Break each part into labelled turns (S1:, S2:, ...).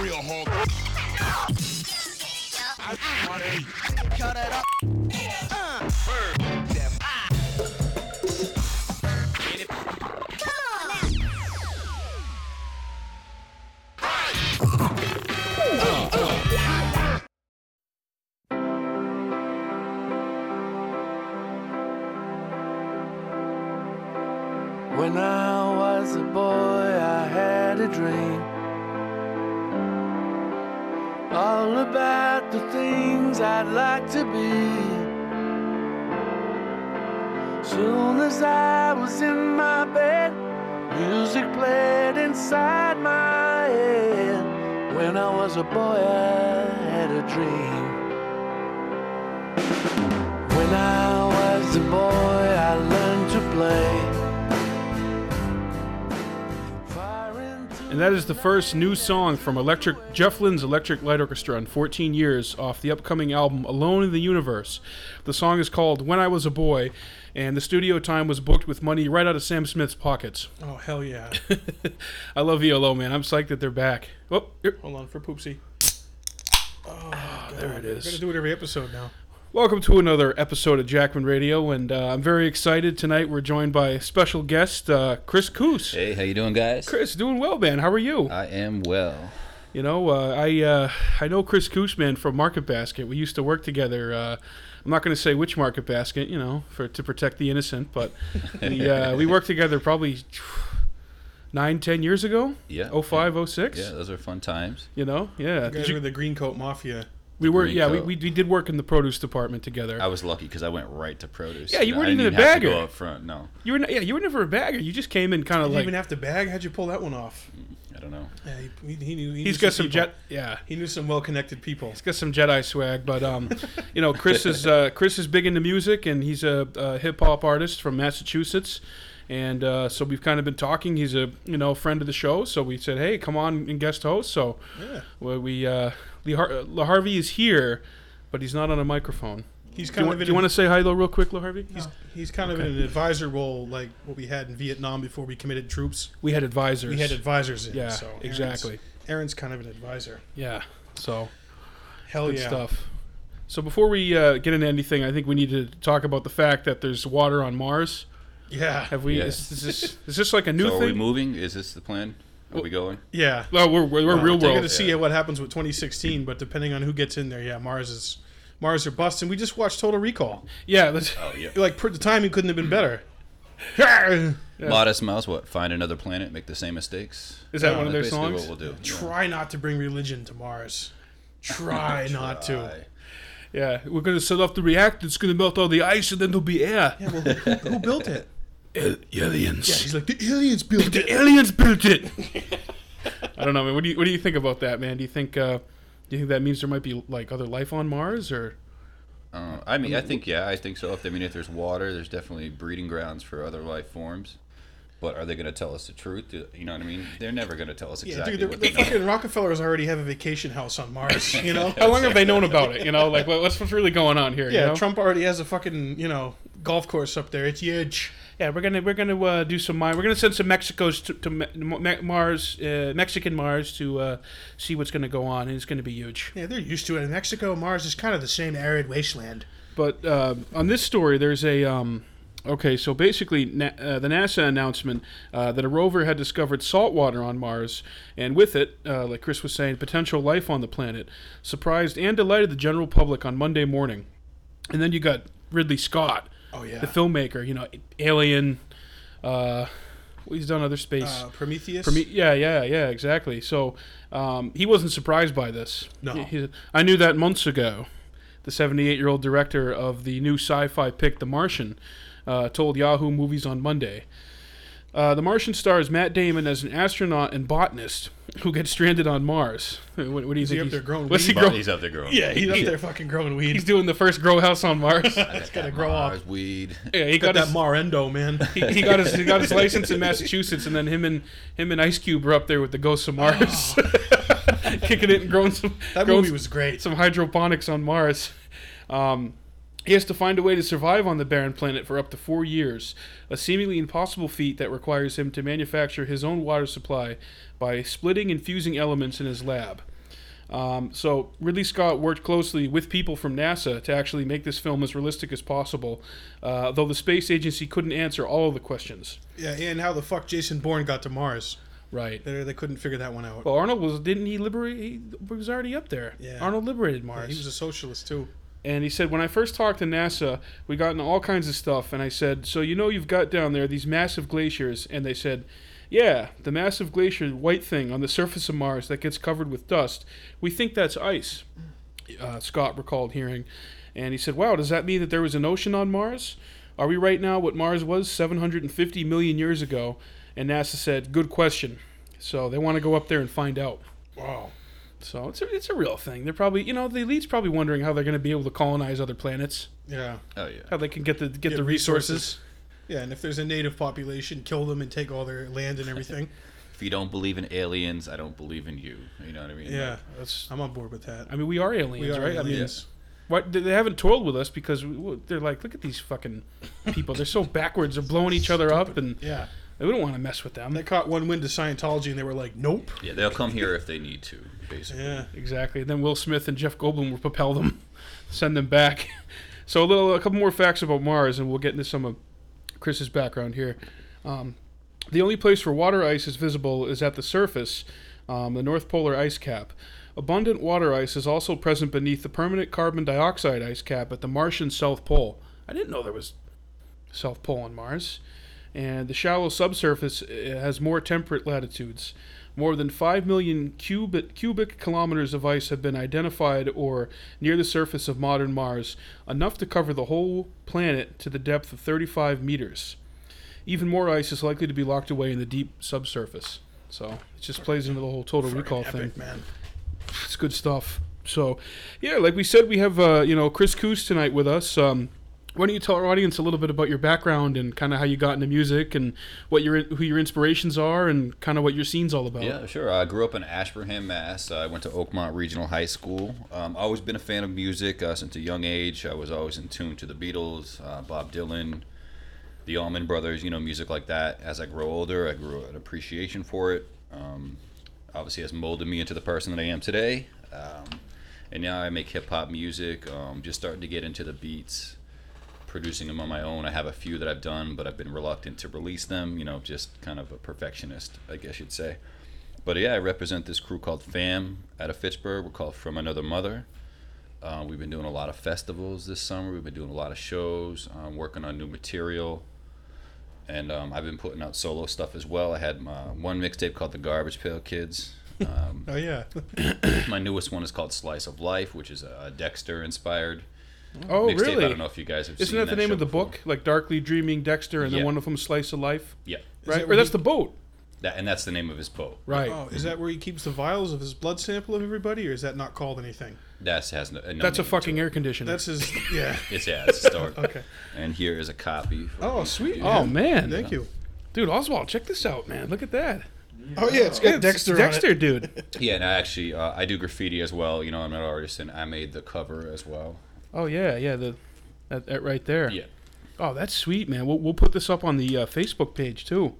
S1: real hard.
S2: Cut it up.
S3: When I was a boy, I had a dream. All about the things I'd like to be. Soon as I was in my bed, music played inside my head. When I was a boy, I had a dream. When I was a boy, I learned to play.
S4: And that is the first new song from Electric Jeff Lynne's Electric Light Orchestra in 14 years off the upcoming album Alone in the Universe. The song is called When I Was a Boy, and the studio time was booked with money right out of Sam Smith's pockets.
S5: Oh hell yeah!
S4: I love ELO, man. I'm psyched that they're back. Oh, here-
S5: Hold on for poopsie. Oh,
S4: Ah, there it
S5: We're gonna
S4: is.
S5: do it every episode now.
S4: Welcome to another episode of Jackman Radio, and uh, I'm very excited. Tonight we're joined by special guest uh, Chris Coos.
S6: Hey, how you doing, guys?
S4: Chris, doing well, man. How are you?
S6: I am well.
S4: You know, uh, I uh, I know Chris Koosman from Market Basket. We used to work together. Uh, I'm not going to say which Market Basket, you know, for to protect the innocent, but we uh, we worked together probably nine, ten years ago.
S6: Yeah.
S4: Oh five, oh six.
S6: Yeah, those are fun times.
S4: You know, yeah.
S5: Guys
S4: Did you-
S5: were the Green Coat Mafia.
S4: we were,
S6: Green
S4: yeah, we,
S6: coat.
S4: we, we did work in the produce department together.
S6: I was lucky because I went right to produce.
S4: Yeah, you
S6: I
S4: weren't
S6: didn't
S4: even a
S6: have to
S4: bagger.
S6: go up front. No,
S4: you were, n- yeah, you were never a bagger. You just came in kind of
S5: You
S4: like
S5: even have to bag. How'd you pull that one off?
S6: I don't know.
S5: Yeah, he, he, he knew. He
S4: he's
S5: knew
S4: got some
S5: people.
S4: jet, yeah.
S5: He knew some well-connected people.
S4: He's got some Jedi swag, but um, you know, Chris is uh, Chris is big into music, and he's a, a hip hop artist from Massachusetts. And uh, so we've kind of been talking. He's a you know friend of the show, so we said, hey, come on and guest host. So
S5: Yeah.
S4: well, we uh, Lee, Har- Lee Harvey is here, but he's not on a microphone.
S5: He's
S4: Do you,
S5: kind
S4: want,
S5: of.
S4: do
S5: in
S4: you want
S5: an-
S4: to say hi, though, real quick, Lee Harvey?
S5: He's, he's kind of in an advisor role, like what we had in Vietnam before we committed troops.
S4: We had advisors.
S5: We had advisors in.
S4: Yeah,
S5: so Aaron's-
S4: exactly.
S5: Aaron's kind of an advisor.
S4: yeah. So
S5: Hell
S4: good
S5: yeah!
S4: stuff. So before we uh, get into anything, I think we need to talk about the fact that there's water on Mars.
S5: Yeah,
S4: Have we?
S6: Yes.
S4: Is, is this is this like a new
S6: So are
S4: thing?
S6: we moving? Is this the plan? Are we going?
S5: yeah.
S4: No, we're, we're, we're real
S5: We're
S4: world.
S5: gonna see what happens with 2016, but depending on who gets in there, yeah, Mars is Mars are busting. We just watched Total Recall.
S4: Yeah, that's,
S6: Oh yeah.
S5: Like per, the timing couldn't have been better. Try
S6: A lot of smiles. What? Find another planet. Make the same mistakes.
S4: is that
S5: Yeah,
S4: one of their
S6: That's Uh, basically
S4: songs?
S6: What we'll do.
S5: not to bring religion to Mars. Try not to.
S6: Bye.
S4: Yeah, we're gonna set off the reactor. It's gonna melt all the ice, and then there'll be air.
S5: Yeah, well, who, who built it?
S4: aliens.
S5: He's like the aliens built
S4: the
S5: it.
S4: aliens built it. I don't know, man. What do you What do you think about that, man? Do you think uh, Do you think that means there might be like other life on Mars, or
S6: Uh, I mean, I think yeah, I think so. If I mean, if there's water, there's definitely breeding grounds for other life forms. But are they going to tell us the truth? Do- You know what I mean? They're never going to tell us
S5: Yeah,
S6: exactly
S5: dude, the,
S6: what
S5: the
S6: they know.
S5: fucking Rockefellers already have a vacation house on Mars. You know?
S4: how long have they known about it? You know, like what, what's what's really going on here? you
S5: Yeah,
S4: know?
S5: Trump already has a fucking you know golf course up there. It's huge.
S4: Yeah, we're gonna we're gonna uh, do some Mi- we're gonna send some Mexicos to, to Me- Me- Mars uh, Mexican Mars to uh, see what's gonna go on, and it's gonna be huge.
S5: Yeah, they're used to it. In Mexico, Mars is kind of the same arid wasteland.
S4: But uh, on this story, there's a. Um, okay, so basically, Na- uh, the NASA announcement uh, that a rover had discovered salt water on Mars, and with it, uh, like Chris was saying, potential life on the planet, surprised and delighted the general public on Monday morning. And then you got Ridley Scott,
S5: Oh yeah,
S4: the filmmaker, you know, Alien. Uh, well, he's done other space.
S5: uh, Prometheus.
S4: Prome- yeah, yeah, yeah, exactly. So um, he wasn't surprised by this.
S5: No.
S4: He- he- I knew that months ago. The 78 year old director of the new sci fi pick, The Martian, uh, told Yahoo Movies on Monday. Uh, the Martian stars Matt Damon as an astronaut and botanist who gets stranded on Mars. What, what do
S5: he
S4: you think?
S5: up
S4: he's-
S5: there growing
S4: what's he
S5: weed?
S4: grow-
S6: He's up there growing.
S5: yeah, he's up there fucking growing weed.
S4: He's doing the first grow house on Mars. yeah,
S6: He's
S5: gotta grow up.
S6: Weed.
S4: he got,
S5: got that
S4: his,
S5: Marendo, man.
S4: he, he got his he got his license in Massachusetts, and then him and him and Ice Cube were up there with the ghosts of Mars, kicking it and growing some
S5: That
S4: growing
S5: movie was great.
S4: some hydroponics on Mars. Um, He has to find a way to survive on the barren planet for up to four years, a seemingly impossible feat that requires him to manufacture his own water supply by splitting and fusing elements in his lab. Um, so Ridley Scott worked closely with people from NASA to actually make this film as realistic as possible, uh, though the space agency couldn't answer all of the questions.
S5: Yeah, and how the fuck Jason Bourne got to Mars?
S4: Right.
S5: They, they couldn't figure that one out.
S4: Well, Arnold was didn't he liberate? He was already up there.
S5: Yeah.
S4: Arnold liberated Mars.
S5: he was a socialist too.
S4: and he said, when I first talked to NASA, we got into all kinds of stuff, and I said, so you know you've got down there these massive glaciers, and they said, yeah, the massive glacier, white thing on the surface of Mars that gets covered with dust. We think that's ice. Uh, Scott recalled hearing, and he said, wow, does that mean that there was an ocean on Mars? Are we right now what Mars was 750 million years ago? And NASA said, good question. So they want to go up there and find out.
S5: Wow.
S4: So it's a, it's a real thing. They're probably you know the elite's probably wondering how they're going to be able to colonize other planets,
S5: Yeah.
S6: Oh yeah.
S4: how they can get the get,
S5: Get
S4: the resources.
S5: Yeah, and if there's a native population, kill them and take all their land and everything.
S6: If you don't believe in aliens, I don't believe in you. You know what I mean?
S5: yeah,
S4: That's
S5: I'm on board with that.
S4: I mean we are aliens,
S5: we are
S4: right?
S5: aliens.
S4: I mean, why, they they haven't toiled with us because we- we, they're like, look at these fucking people. They're so backwards. They're blowing each other up, and
S5: yeah.
S4: we don't want to mess with them.
S5: They caught one wind of Scientology and they were like, nope.
S6: Yeah, they'll come here if they need to, basically.
S5: Yeah.
S4: Exactly. And then Will Smith and Jeff Goldblum will propel them, send them back. So a little, a couple more facts about Mars, and we'll get into some of Chris's background here. Um, the only place where water ice is visible is at the surface, um, the North Polar ice cap. Abundant water ice is also present beneath the permanent carbon dioxide ice cap at the Martian South Pole. I didn't know there was South Pole on Mars. And the shallow subsurface uh, has more temperate latitudes. More than 5 million cubic, cubic kilometers of ice have been identified or near the surface of modern Mars, enough to cover the whole planet to the depth of 35 meters. Even more ice is likely to be locked away in the deep subsurface. So it just plays into the whole total recall thing.
S5: Epic, man.
S4: It's good stuff. So, yeah, like we said, we have uh, you know Chris Coos tonight with us. Um, why don't you tell our audience a little bit about your background and kind of how you got into music and what your who your inspirations are and kind of what your scene's all about?
S6: Yeah, sure. I grew up in Ashburnham, Mass. I went to Oakmont Regional High School. Um, always been a fan of music uh, since a young age. I was always in tune to the Beatles, uh, Bob Dylan, the Allman Brothers, you know, music like that. As I grow older, I grew an appreciation for it. Um, obviously, has molded me into the person that I am today. Um, and now I make hip hop music. Um, just starting to get into the beats, producing them on my own. I have a few that I've done, but I've been reluctant to release them. You know, just kind of a perfectionist, I guess you'd say. But yeah, I represent this crew called FAM out of Fitchburg. We're called From Another Mother. Uh, we've been doing a lot of festivals this summer. We've been doing a lot of shows, um, working on new material. And um, I've been putting out solo stuff as well. I had my one mixtape called The Garbage Pail Kids. Um,
S5: Oh, yeah.
S6: my newest one is called Slice of Life, which is a Dexter inspired
S4: Oh,
S6: mixtape. I
S4: really?
S6: don't know if you guys have
S4: Isn't
S6: seen
S4: that the name
S6: show
S4: of the
S6: before.
S4: book? Like Darkly Dreaming Dexter and
S6: Yeah.
S4: then one of them Slice of Life,
S6: Yeah.
S4: right?
S5: that
S4: Or
S5: where
S4: that's
S5: he-
S4: the boat,
S6: That, and that's the name of his boat.
S4: right?
S5: Oh, is that where he keeps the vials of his blood sample of everybody, or is that not called anything?
S6: That's has no, no
S4: that's a
S6: name to
S4: fucking
S6: it.
S4: air conditioner.
S5: That's his. Yeah.
S6: It's yeah, it's a story.
S5: Okay.
S6: And here is a copy. for
S5: Oh,
S6: each of
S5: sweet.
S6: you.
S4: oh man,
S5: Thank you.
S4: dude, Oswald, check this out, man. Look at that,
S5: Oh, yeah, it's got
S4: It's
S5: Dexter. on it.
S4: Dexter, dude.
S6: Yeah, and I actually uh, I do graffiti as well. You know, I'm an artist, and I made the cover as well.
S4: Oh yeah, yeah, the that, that right there.
S6: Yeah,
S4: Oh, that's sweet, man. We'll, we'll put this up on the uh, Facebook page too.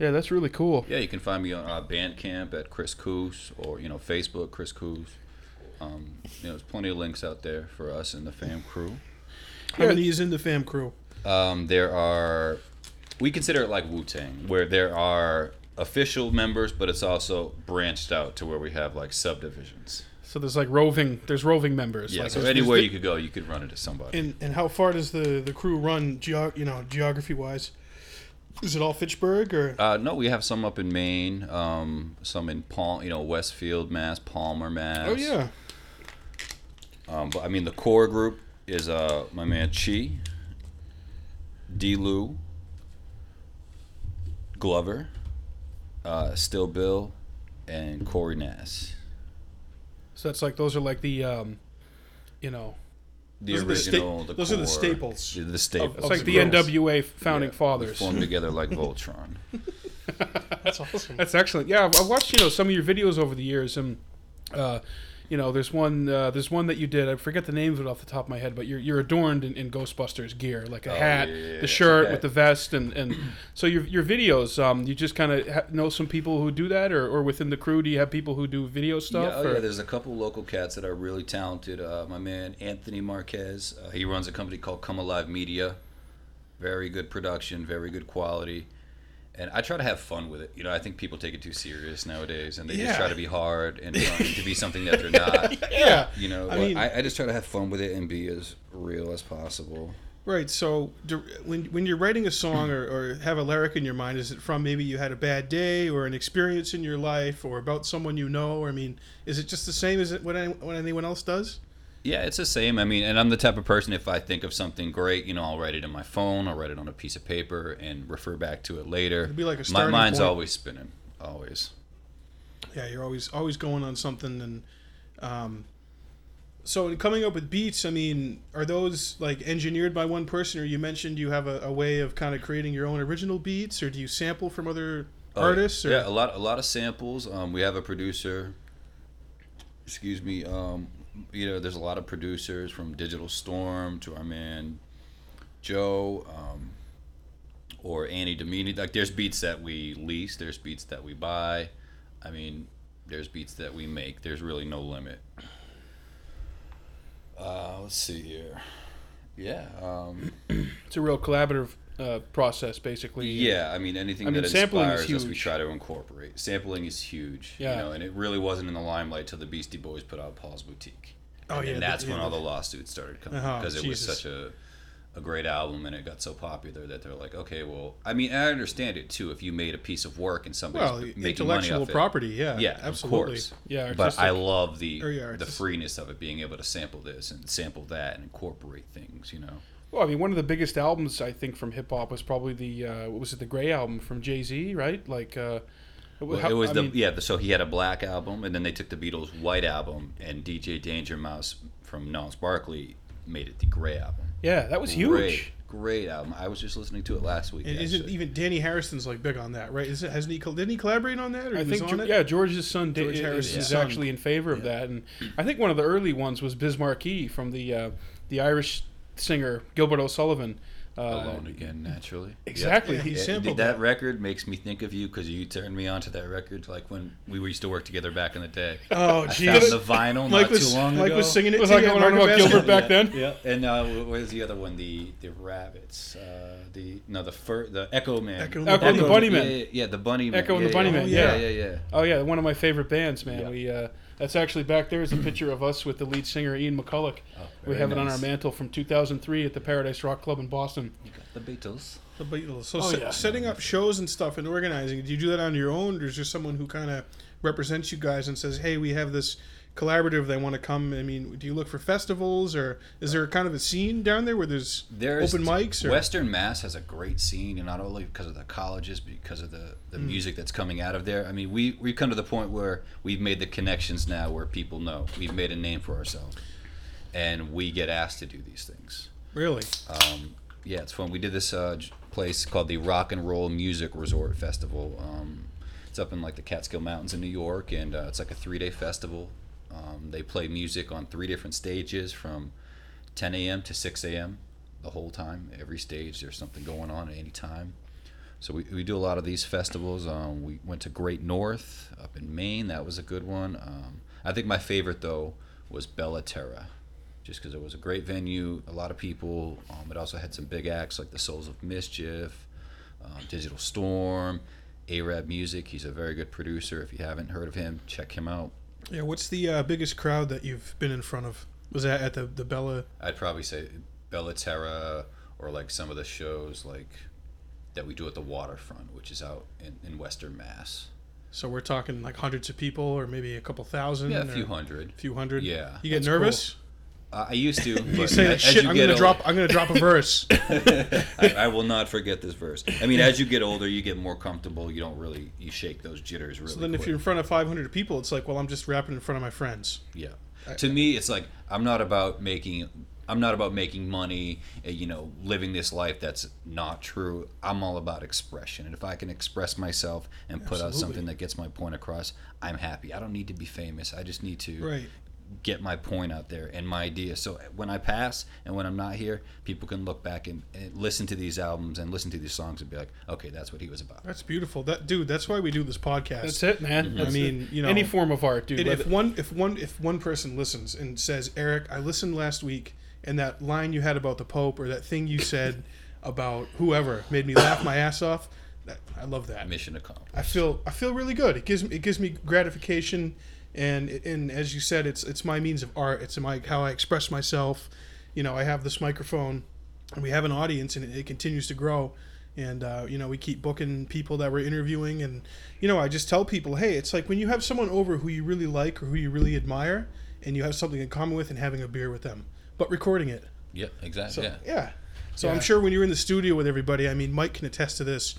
S4: Yeah, that's really cool.
S6: yeah. You can find me on uh, Bandcamp at Chris Coos, or you know Facebook Chris Coos. Um, you know, there's plenty of links out there for us and the fam crew.
S5: How many is in the fam crew?
S6: Um, there are we consider it like Wu Tang, where there are official members, but it's also branched out to where we have like subdivisions.
S4: So there's like roving, there's roving members.
S6: Yeah,
S4: like,
S6: so
S4: there's-
S6: anywhere you could go, you could run into somebody.
S5: And and how far does the, the crew run, geog- you know, geography wise? Is it all Fitchburg or
S6: Uh, no, we have some up in Maine, um, some in Palm, you know, Westfield, Mass, Palmer, Mass.
S5: Oh yeah,
S6: Um, but I mean, the core group is uh, my man Chi, D. Lou, Glover, uh, Still Bill, and Corey Nass.
S4: so that's like those are like the, um, you know,
S6: The
S5: Those are the sta-
S6: original, the
S5: those are the
S6: core-
S5: staples
S6: The, the staples.
S4: it's like
S5: the
S4: the
S5: groups.
S4: NWA founding
S6: Yeah,
S4: fathers.
S6: Formed together like Voltron.
S5: that's awesome.
S4: That's excellent. Yeah, I've, I've watched you know some of your videos over the years, and uh, you know, there's one uh, there's one that you did. I forget the name of it off the top of my head, but you're, you're adorned in, in Ghostbusters gear, like a
S6: Oh,
S4: hat,
S6: yeah, yeah, yeah.
S4: the shirt
S6: Okay.
S4: with the vest, and, and so your your videos. Um, you just kind of ha- know some people who do that, or, or within the crew, do you have people who do video stuff?
S6: Yeah, oh,
S4: or-
S6: yeah, there's a couple local cats that are really talented. Uh, my man Anthony Marquez, uh, he runs a company called Come Alive Media. Very good production, very good quality. And I try to have fun with it. You know, I think people take it too serious nowadays, and they
S5: Yeah.
S6: just try to be hard and trying to be something that they're not.
S5: Yeah.
S6: You know,
S5: I
S6: I,
S5: mean-
S6: I, I just try to have fun with it and be as real as possible.
S5: Right. So do, when when you're writing a song or, or have a lyric in your mind, is it from maybe you had a bad day or an experience in your life or about someone you know? I mean, is it just the same as it what, any, what anyone else does?
S6: Yeah, it's the same. I mean, and I'm the type of person if I think of something great, you know, I'll write it in my phone, I'll write it on a piece of paper, and refer back to it later.
S5: It'd be like a
S6: my
S5: starting
S6: mind's
S5: point.
S6: always spinning, always.
S5: Yeah, you're always always going on something and um so in coming up with beats, I mean, are those like engineered by one person or you mentioned you have a, a way of kind of creating your own original beats or do you sample from other
S6: Oh, yeah.
S5: artists or
S6: yeah, a lot, a lot of samples. Um, we have a producer. Excuse me. Um, you know, there's a lot of producers from Digital Storm to our man Joe, um, or Annie Domini. Like, there's beats that we lease. There's beats that we buy. I mean, there's beats that we make. There's really no limit. Uh, let's see here. Yeah. Um,
S4: it's a real collaborative uh, process, basically.
S6: Yeah, I mean anything
S4: I mean,
S6: that
S4: sampling is
S6: inspires us, we
S4: huge.
S6: try to incorporate. Sampling is huge,
S4: Yeah.
S6: you know, and it really wasn't in the limelight till the Beastie Boys put out Paul's Boutique.
S5: Oh,
S6: and,
S5: yeah,
S6: and that's
S5: that- yeah,
S6: when all
S5: that-
S6: the lawsuits started coming
S5: Oh,
S6: because it was
S5: Jesus.
S6: such a a great album and it got so popular that they're like, okay, well, I mean, I understand it too. If you made a piece of work and somebody's
S5: well,
S6: making money
S5: intellectual
S6: off
S5: property, yeah.
S6: it, yeah,
S5: absolutely.
S6: of course,
S4: Yeah,
S6: But I
S4: artistic-
S6: love the
S5: Or, yeah,
S6: the
S5: artistic.
S6: freeness of it, being able to sample this and sample that and incorporate things, you know.
S4: Well, I mean, one of the biggest albums I think from hip hop was probably the uh, what was it, the Gray album from Jay Z, right? Like, uh,
S6: Well,
S4: how-
S6: it was
S4: I
S6: the
S4: mean-
S6: yeah. the- So he had a black album, and then they took the Beatles' white album, and DJ Danger Mouse from Nels Barkley made it the gray album.
S4: yeah, that was huge.
S6: Great, great album. I was just listening to it last week.
S5: And isn't
S6: actually.
S5: even Danny Harrison's like big on that, right? Is it, hasn't he? col- Didn't he collaborate on that? Or
S4: I
S5: he was
S4: think
S5: on
S4: Ge-
S5: it?
S4: yeah, George's son did,
S5: George
S4: is,
S5: Harrison's
S4: is
S5: son.
S4: actually in favor of that, and I think one of the early ones was Bismarcky from the uh, the Irish singer Gilbert O'Sullivan. Uh,
S6: alone again, naturally.
S4: Exactly.
S5: Yeah, he
S6: Yeah,
S5: sampled
S6: that
S5: that.
S6: record makes me think of you because you turned me on to that record like when we used to work together back in the day.
S5: Oh,
S6: I
S5: jeez.
S6: found the vinyl
S5: Mike
S6: not
S5: was
S6: too long
S5: Mike
S6: ago.
S5: was singing it.
S4: Was
S5: to
S4: I
S5: you at
S4: going on
S5: Market
S4: about
S5: Basket.
S4: Gilbert back then?
S6: Yeah, and uh, what was the other one? The the rabbits, uh, the no, the fur, the Echo Man,
S5: Echo Echo
S4: and the Bunny
S6: Man.
S4: Man.
S6: Yeah, yeah, yeah, the Bunny Man,
S4: Echo and
S6: yeah,
S4: the Bunny
S6: yeah.
S4: Man,
S6: yeah,
S4: yeah.
S6: yeah, yeah.
S4: Oh yeah, one of my favorite bands, man.
S6: Yeah.
S4: We uh, that's actually back there is a picture of us with the lead singer Ian McCulloch.
S6: Oh,
S4: we
S6: very
S4: have it on our
S6: nice.
S4: mantle from 2003 at the Paradise Rock Club in Boston.
S6: You got the Beatles.
S5: The Beatles. So
S4: Oh,
S5: se-
S4: yeah.
S5: setting up shows and stuff and organizing. Do you do that on your own, or is there someone who kind of represents you guys and says, "Hey, we have this collaborative. They want to come." I mean, do you look for festivals, or is there kind of a scene down there where there's,
S6: There's
S5: open mics? Or
S6: Western Mass has a great scene, and not only because of the colleges, because of the,
S5: Mm.
S6: the music that's coming out of there. I mean, we we've come to the point where we've made the connections now, where people know we've made a name for ourselves, and we get asked to do these things.
S5: really?
S6: Um, Yeah, it's fun. We did this uh, j- place called the Rock and Roll Music Resort Festival. Um, it's up in like the Catskill Mountains in New York, and uh, it's like a three-day festival. Um, they play music on three different stages from 10 a.m. to 6 a.m. the whole time. Every stage, there's something going on at any time. So we, we do a lot of these festivals. Um, we went to Great North up in Maine. That was a good one. Um, I think my favorite though was Bella Terra, just because it was a great venue, a lot of people. Um, it also had some big acts like the Souls of Mischief, um, Digital Storm, Arab Music. He's a very good producer. If you haven't heard of him, check him out.
S5: Yeah. What's the uh, biggest crowd that you've been in front of? Was that at the the Bella?
S6: I'd probably say Bella Terra or like some of the shows like that we do at the waterfront, which is out in, in Western Mass.
S5: So we're talking like hundreds of people, or maybe a couple thousand.
S6: Yeah, a
S5: or
S6: few hundred.
S5: few hundred.
S6: Yeah,
S5: You get
S6: that's
S5: nervous?
S6: Uh, I used to.
S5: You
S6: but
S5: say,
S6: as
S5: "Shit,
S6: you
S5: I'm
S6: get
S5: gonna
S6: ol-
S5: drop. I'm gonna drop a verse."
S6: I, I will not forget this verse. I mean, as you get older, you get more comfortable. You don't really you shake those jitters really.
S5: So then, if
S6: quick.
S5: you're in front of 500 people, it's like, well, I'm just rapping in front of my friends.
S6: yeah. to me, it's like I'm not about making. I'm not about making money, uh, you know, living this life that's not true. I'm all about expression. And if I can express myself and put out
S5: Absolutely.
S6: something that gets my point across, I'm happy. I don't need to be famous. I just need to
S5: Right.
S6: get my point out there and my idea. So eh, when I pass and when I'm not here, people can look back and, and listen to these albums and listen to these songs and be like, okay, that's what he was about.
S4: That's beautiful. That dude. That's why we do this podcast.
S5: That's it,
S6: Mhm.
S5: man. That's
S4: I mean,
S5: it.
S4: you know,
S5: any form of art, dude.
S4: And
S5: let it-
S4: if one if one if one person listens and says, Eric, I listened last week, and that line you had about the Pope or that thing you said about whoever made me laugh my ass off. That, I love that.
S6: Mission accomplished.
S4: I feel I feel really good. It gives me it gives me gratification, and and as you said, it's it's my means of art. It's my how I express myself. You know, I have this microphone, and we have an audience, and it, it continues to grow. And uh, you know, we keep booking people that we're interviewing, and you know, I just tell people, hey, it's like when you have someone over who you really like or who you really admire, and you have something in common with, and having a beer with them, but recording it.
S6: Yep, exactly.
S4: So,
S6: yeah.
S4: yeah. So I'm sure when you're in the studio with everybody, I mean, Mike can attest to this.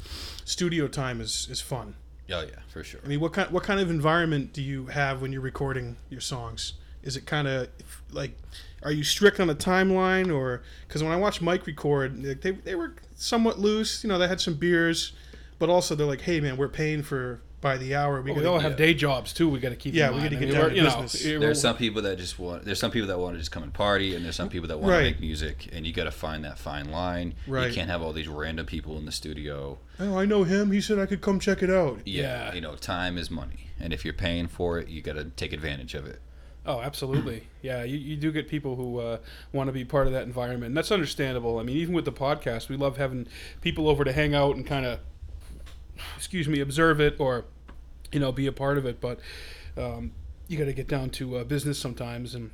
S4: Studio time is is fun.
S6: Oh yeah, for sure.
S4: I mean, what kind what kind of environment do you have when you're recording your songs? Is it kind of like, are you strict on a timeline, or because when I watch Mike record, like, they they were somewhat loose. You know, they had some beers, but also they're like, hey man, we're paying for by the hour. We
S5: Oh, we
S4: gotta-
S5: all have day jobs too. We got to keep.
S4: Yeah,
S5: in
S4: we
S5: mind.
S4: gotta
S5: I
S4: get
S5: mean,
S4: down
S5: we're-
S4: to
S5: you know,
S4: business.
S5: it- we're-
S6: There's some people that just want. There's some people that want to just come and party, and there's some people that want
S4: Right.
S6: to make music, and you got to find that fine line.
S4: Right.
S6: You can't have all these random people in the studio.
S4: oh, I know him. He said I could come check it out.
S6: Yeah.
S5: Yeah.
S6: You know, time is money, and if you're paying for it, you got to take advantage of it.
S5: Oh, absolutely. Yeah, you, you do get people who uh, want to be part of that environment. And that's understandable. I mean, even with the podcast, we love having people over to hang out and kind of, excuse me, observe it or, you know, be a part of it. But um, you got to get down to uh, business sometimes. And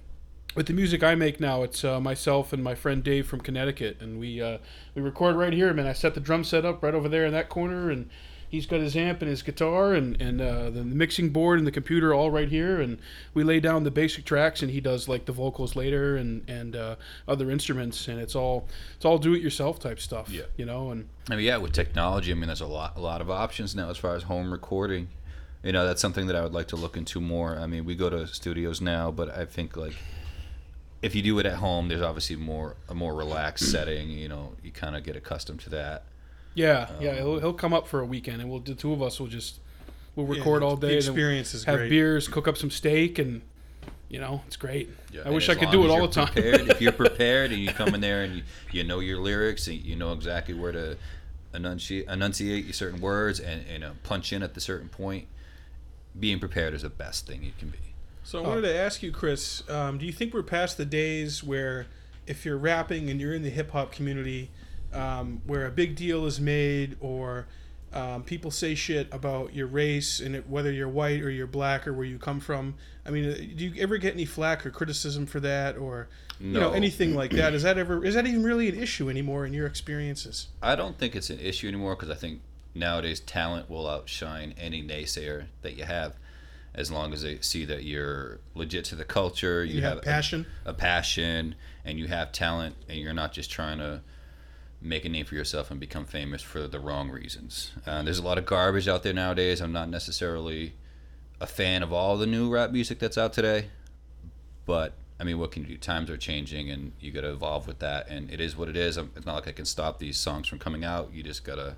S5: with the music I make now, it's uh, myself and my friend Dave from Connecticut, and we uh, we record right here. Man, I set the drum set up right over there in that corner, and he's got his amp and his guitar and and uh, the mixing board and the computer all right here. And we lay down the basic tracks, and he does like the vocals later and and uh, other instruments, and it's all it's all do it yourself type stuff.
S6: Yeah.
S5: you know, and
S6: I mean, yeah, with technology, I mean, there's a lot, a lot of options now as far as home recording. You know, that's something that I would like to look into more. I mean, we go to studios now, but I think like if you do it at home, there's obviously more a more relaxed setting. You know, you kind of get accustomed to that.
S5: yeah, yeah,
S4: Um,
S5: he'll, he'll come up for a weekend, and we'll the two of us will just we'll
S4: Yeah,
S5: record all
S4: the
S5: day. and then
S4: experience is
S5: have
S4: great.
S5: beers, cook up some steak, and you know it's great.
S6: Yeah,
S5: I
S6: and
S5: wish I
S6: as
S5: could
S6: long
S5: do it
S6: as
S5: all
S6: you're
S5: the time.
S6: prepared- if you're prepared and you come in there and you, you know your lyrics and you know exactly where to enunciate, enunciate your certain words and, and uh, punch in at the certain point, being prepared is the best thing you can be.
S4: So I wanted to ask you, Chris, um, do you think we're past the days where if you're rapping and you're in the hip hop community, um, where a big deal is made or um, people say shit about your race and it, whether you're white or you're black or where you come from? I mean, uh, do you ever get any flack or criticism for that or you know
S6: No.
S4: anything like that? Is that ever is that even really an issue anymore in your experiences?
S6: I don't think it's an issue anymore because I think nowadays talent will outshine any naysayer that you have, as long as they see that you're legit to the culture. You,
S4: You have
S6: a-
S4: passion?
S6: a, passion, and you have talent, and you're not just trying to make a name for yourself and become famous for the wrong reasons. Uh, there's a lot of garbage out there nowadays. I'm not necessarily a fan of all the new rap music that's out today, but I mean, what can you do? Times are changing, and you got to evolve with that. And it is what it is. I'm- It's not like I can stop these songs from coming out. You just gotta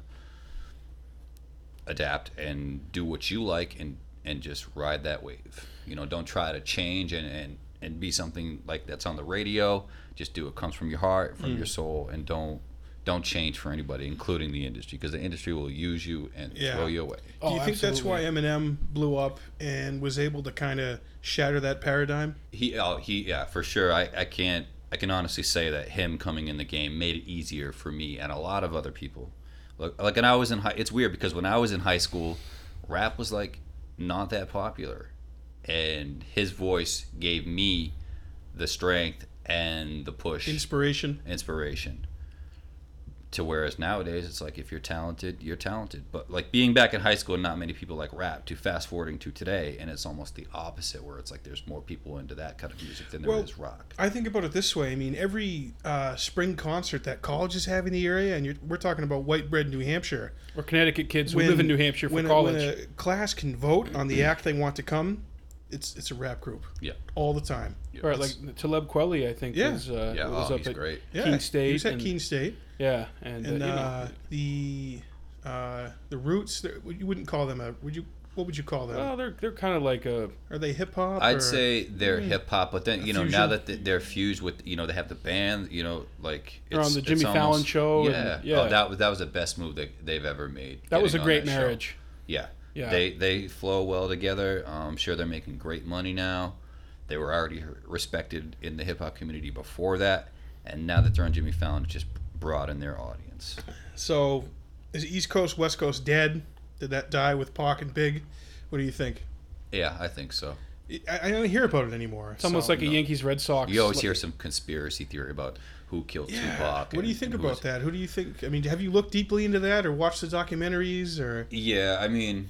S6: adapt and do what you like, and and just ride that wave. You know, don't try to change and and and be something like that's on the radio. Just do what comes from your heart, from your soul, and don't don't change for anybody, including the industry, because the industry will use you and
S4: Yeah.
S6: throw you away.
S5: Oh,
S4: Do you think that's why Eminem blew up and was able to kind of shatter that paradigm?
S6: He, oh, he, yeah, for sure. I, I can't, I can honestly say that him coming in the game made it easier for me and a lot of other people. Like, like, and I was in high. It's weird because when I was in high school, rap was like not that popular, and his voice gave me the strength and the push,
S4: Inspiration.
S6: inspiration. To whereas nowadays it's like if you're talented, you're talented. But like being back in high school, not many people like rap. To fast forwarding to today, and it's almost the opposite, where it's like there's more people into that kind of music than there is
S4: Well,
S6: rock.
S4: I think about it this way. I mean, every uh, spring concert that colleges have in the area, and you're, we're talking about white bread New Hampshire.
S5: Or Connecticut kids who live in New Hampshire for
S4: when
S5: college.
S4: A, when a class can vote on the act they want to come, it's it's a rap group
S6: Yeah,
S4: all the time.
S5: Or like Taleb Kweli, I think.
S4: Yeah.
S5: was, uh,
S6: yeah,
S5: was
S6: oh,
S5: up
S6: he's
S5: at
S6: great.
S4: Yeah,
S5: Keene State.
S4: He was at
S5: and,
S4: Keene State,
S5: Yeah, and,
S4: and
S5: uh, you know,
S4: uh, the uh, the Roots. there- You wouldn't call them a. Would you?
S5: What would you call them?
S4: Well, they're they're kind of like a
S5: Are they hip hop?
S6: I'd
S5: or-
S6: say they're hip hop, but then you know now
S5: fusion.
S6: that they- they're fused with you know they have the band, you know like
S4: They're on the Jimmy Fallon
S6: almost-
S4: show and-
S6: Yeah,
S4: yeah.
S6: Oh, that was that was the best move that they've ever made.
S4: that was a
S6: getting on
S4: great
S6: that show.
S4: marriage.
S6: Yeah,
S4: Yeah.
S6: They they flow well together. Um, I'm sure they're making great money now. They were already respected in the hip hop community before that, and now that they're on Jimmy Fallon, it just broadened their audience.
S5: So, is East Coast West Coast dead? Did that die with Pac and Big? What do you think?
S6: Yeah, I think so.
S5: I, I don't hear about it anymore.
S4: It's almost like a Yankees Red Sox.
S6: You always hear some conspiracy theory about who killed Tupac.
S5: What do you
S6: and-
S5: think
S6: and who
S5: about
S6: was-
S5: that? Who do you think? I mean, have you looked deeply into that or watched the documentaries or?
S6: Yeah, I mean,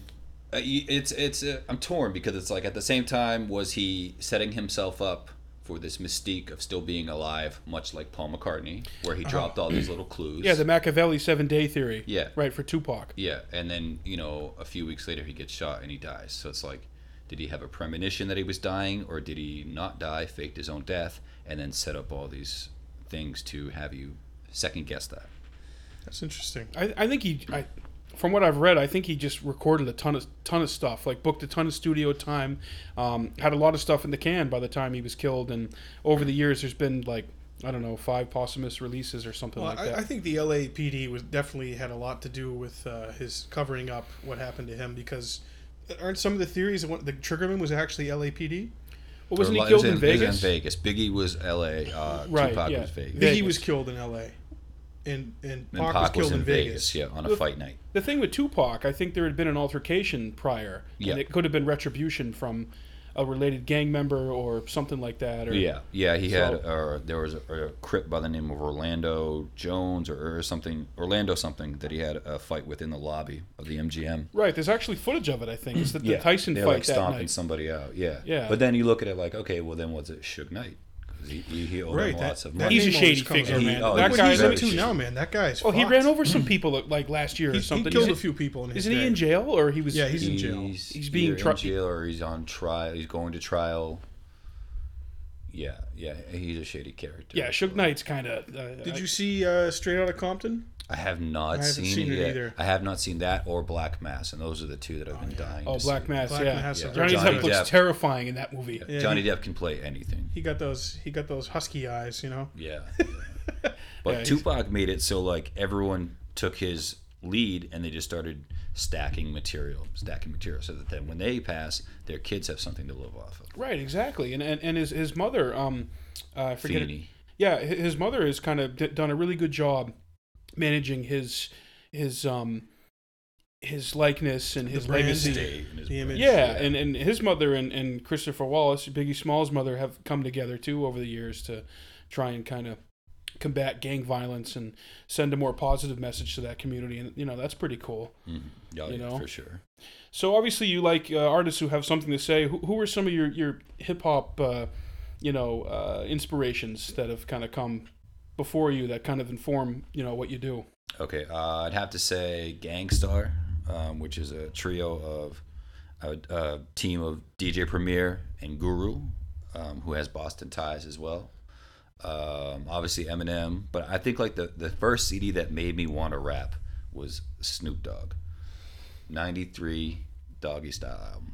S6: uh, y- it's it's uh, I'm torn because it's like at the same time was he setting himself up for this mystique of still being alive, much like Paul McCartney, where
S5: Uh-huh.
S6: he dropped all these little clues.
S4: Yeah, the Machiavelli seven day theory.
S6: Yeah.
S4: Right, for Tupac.
S6: Yeah, and then you know a few weeks later he gets shot and he dies. So it's like, did he have a premonition that he was dying, or did he not die, faked his own death, and then set up all these things to have you second guess that?
S5: That's interesting.
S4: I, I think he, I, from what I've read, I think he just recorded a ton of ton of stuff. Like booked a ton of studio time, um, had a lot of stuff in the can by the time he was killed. And over the years, there's been like I don't know five posthumous releases or something
S5: Well,
S4: like
S5: I,
S4: that.
S5: I think the LAPD was definitely had a lot to do with uh, his covering up what happened to him because aren't some of the theories that one, the triggerman was actually LAPD?
S4: well, wasn't
S6: Or
S4: he
S6: li-
S4: killed
S6: it
S4: in,
S6: was it
S4: Vegas?
S6: was in Vegas. Biggie was L.A. Uh,
S4: Right,
S6: Tupac
S4: yeah.
S6: was Vegas.
S4: Vegas.
S5: Biggie was killed in LA, and and
S6: And
S5: Pac, was
S6: Pac
S5: killed in Vegas.
S6: yeah, on a
S4: Look-
S6: fight night.
S4: The thing with Tupac, I think there had been an altercation prior,
S6: Yeah.
S4: and it could have been retribution from a related gang member or something like that. Or
S6: Yeah, yeah, he had,
S4: So-
S6: uh, there was a, a crip by the name of Orlando Jones or, or something, Orlando something that he had a fight with in the lobby of the MGM.
S4: Right, there's actually footage of it. I think it's the, the Tyson
S6: They're
S4: fight
S6: like
S4: that
S6: stomping
S4: night.
S6: somebody out. Yeah,
S4: Yeah.
S6: But then you look at it like, okay, well then was it Suge Knight? 'Cause he, he, he owed him
S5: Right, that-
S6: lots of
S5: that
S6: money.
S4: He's a
S5: name always
S4: shady
S5: comes
S4: figure,
S5: up.
S4: man.
S6: Oh,
S4: that
S5: What
S6: he's
S4: guy
S5: he's
S4: is
S6: very
S5: up to
S6: shady.
S5: now, man? That guy's.
S4: Well, he
S5: fucked.
S4: ran over some people like last year
S5: He,
S4: or something.
S5: he killed
S4: Isn't-
S5: a few people in his
S4: Isn't he in
S5: day.
S4: jail or he was?
S5: Yeah, he's in jail.
S6: He's,
S4: He's being
S6: either
S4: tri-
S6: in jail or he's on trial. He's going to trial. Yeah, yeah, he's a shady character.
S4: Yeah, Suge Knight's kind of. Uh,
S5: Did you see uh, Straight Outta Compton?
S6: I have not
S5: haven't
S6: seen,
S5: seen
S6: it,
S5: it
S6: yet.
S5: either.
S6: I have not seen that or Black Mass, and those are the two that I've been dying.
S4: Oh,
S6: to
S4: Black
S6: see.
S4: Mass.
S5: Black
S4: yeah.
S5: Mass uh,
S6: Yeah.
S5: and
S4: Johnny
S6: Johnny
S4: Depp looks
S6: Depp.
S4: terrifying in that movie.
S5: Yeah,
S6: Johnny Depp can play anything.
S5: He got those. He got those husky eyes. You know.
S6: Yeah.
S4: Yeah,
S6: but
S4: he's-
S6: Tupac made it so like everyone took his lead and they just started stacking material, stacking material, so that then when they pass, their kids have something to live off of.
S4: Right, exactly. And and, and his his mother, um, uh, I forget.
S6: Feeney.
S4: Yeah, hi- his mother has kind of d- done a really good job managing his his um his likeness and his
S5: brand.
S4: legacy.
S6: Stay in his
S5: The
S6: brain.
S5: image.
S4: Yeah, and, and his mother and, and Christopher Wallace, Biggie Small's mother, have come together too over the years to try and kind of combat gang violence and send a more positive message to that community. And, you know, that's pretty cool.
S6: Yeah,
S4: you
S6: yeah,
S4: know?
S6: for sure.
S4: So, obviously, you like uh, artists who have something to say. Who, who are some of your, your hip hop, uh, you know, uh, inspirations that have kind of come before you that kind of inform, you know, what you do?
S6: Okay, uh, I'd have to say Gangstar, um, which is a trio of a, a team of DJ Premier and Guru, um, who has Boston ties as well. Um, obviously Eminem, but I think like the the first CD that made me want to rap was Snoop Dogg, '93 Doggy Style album.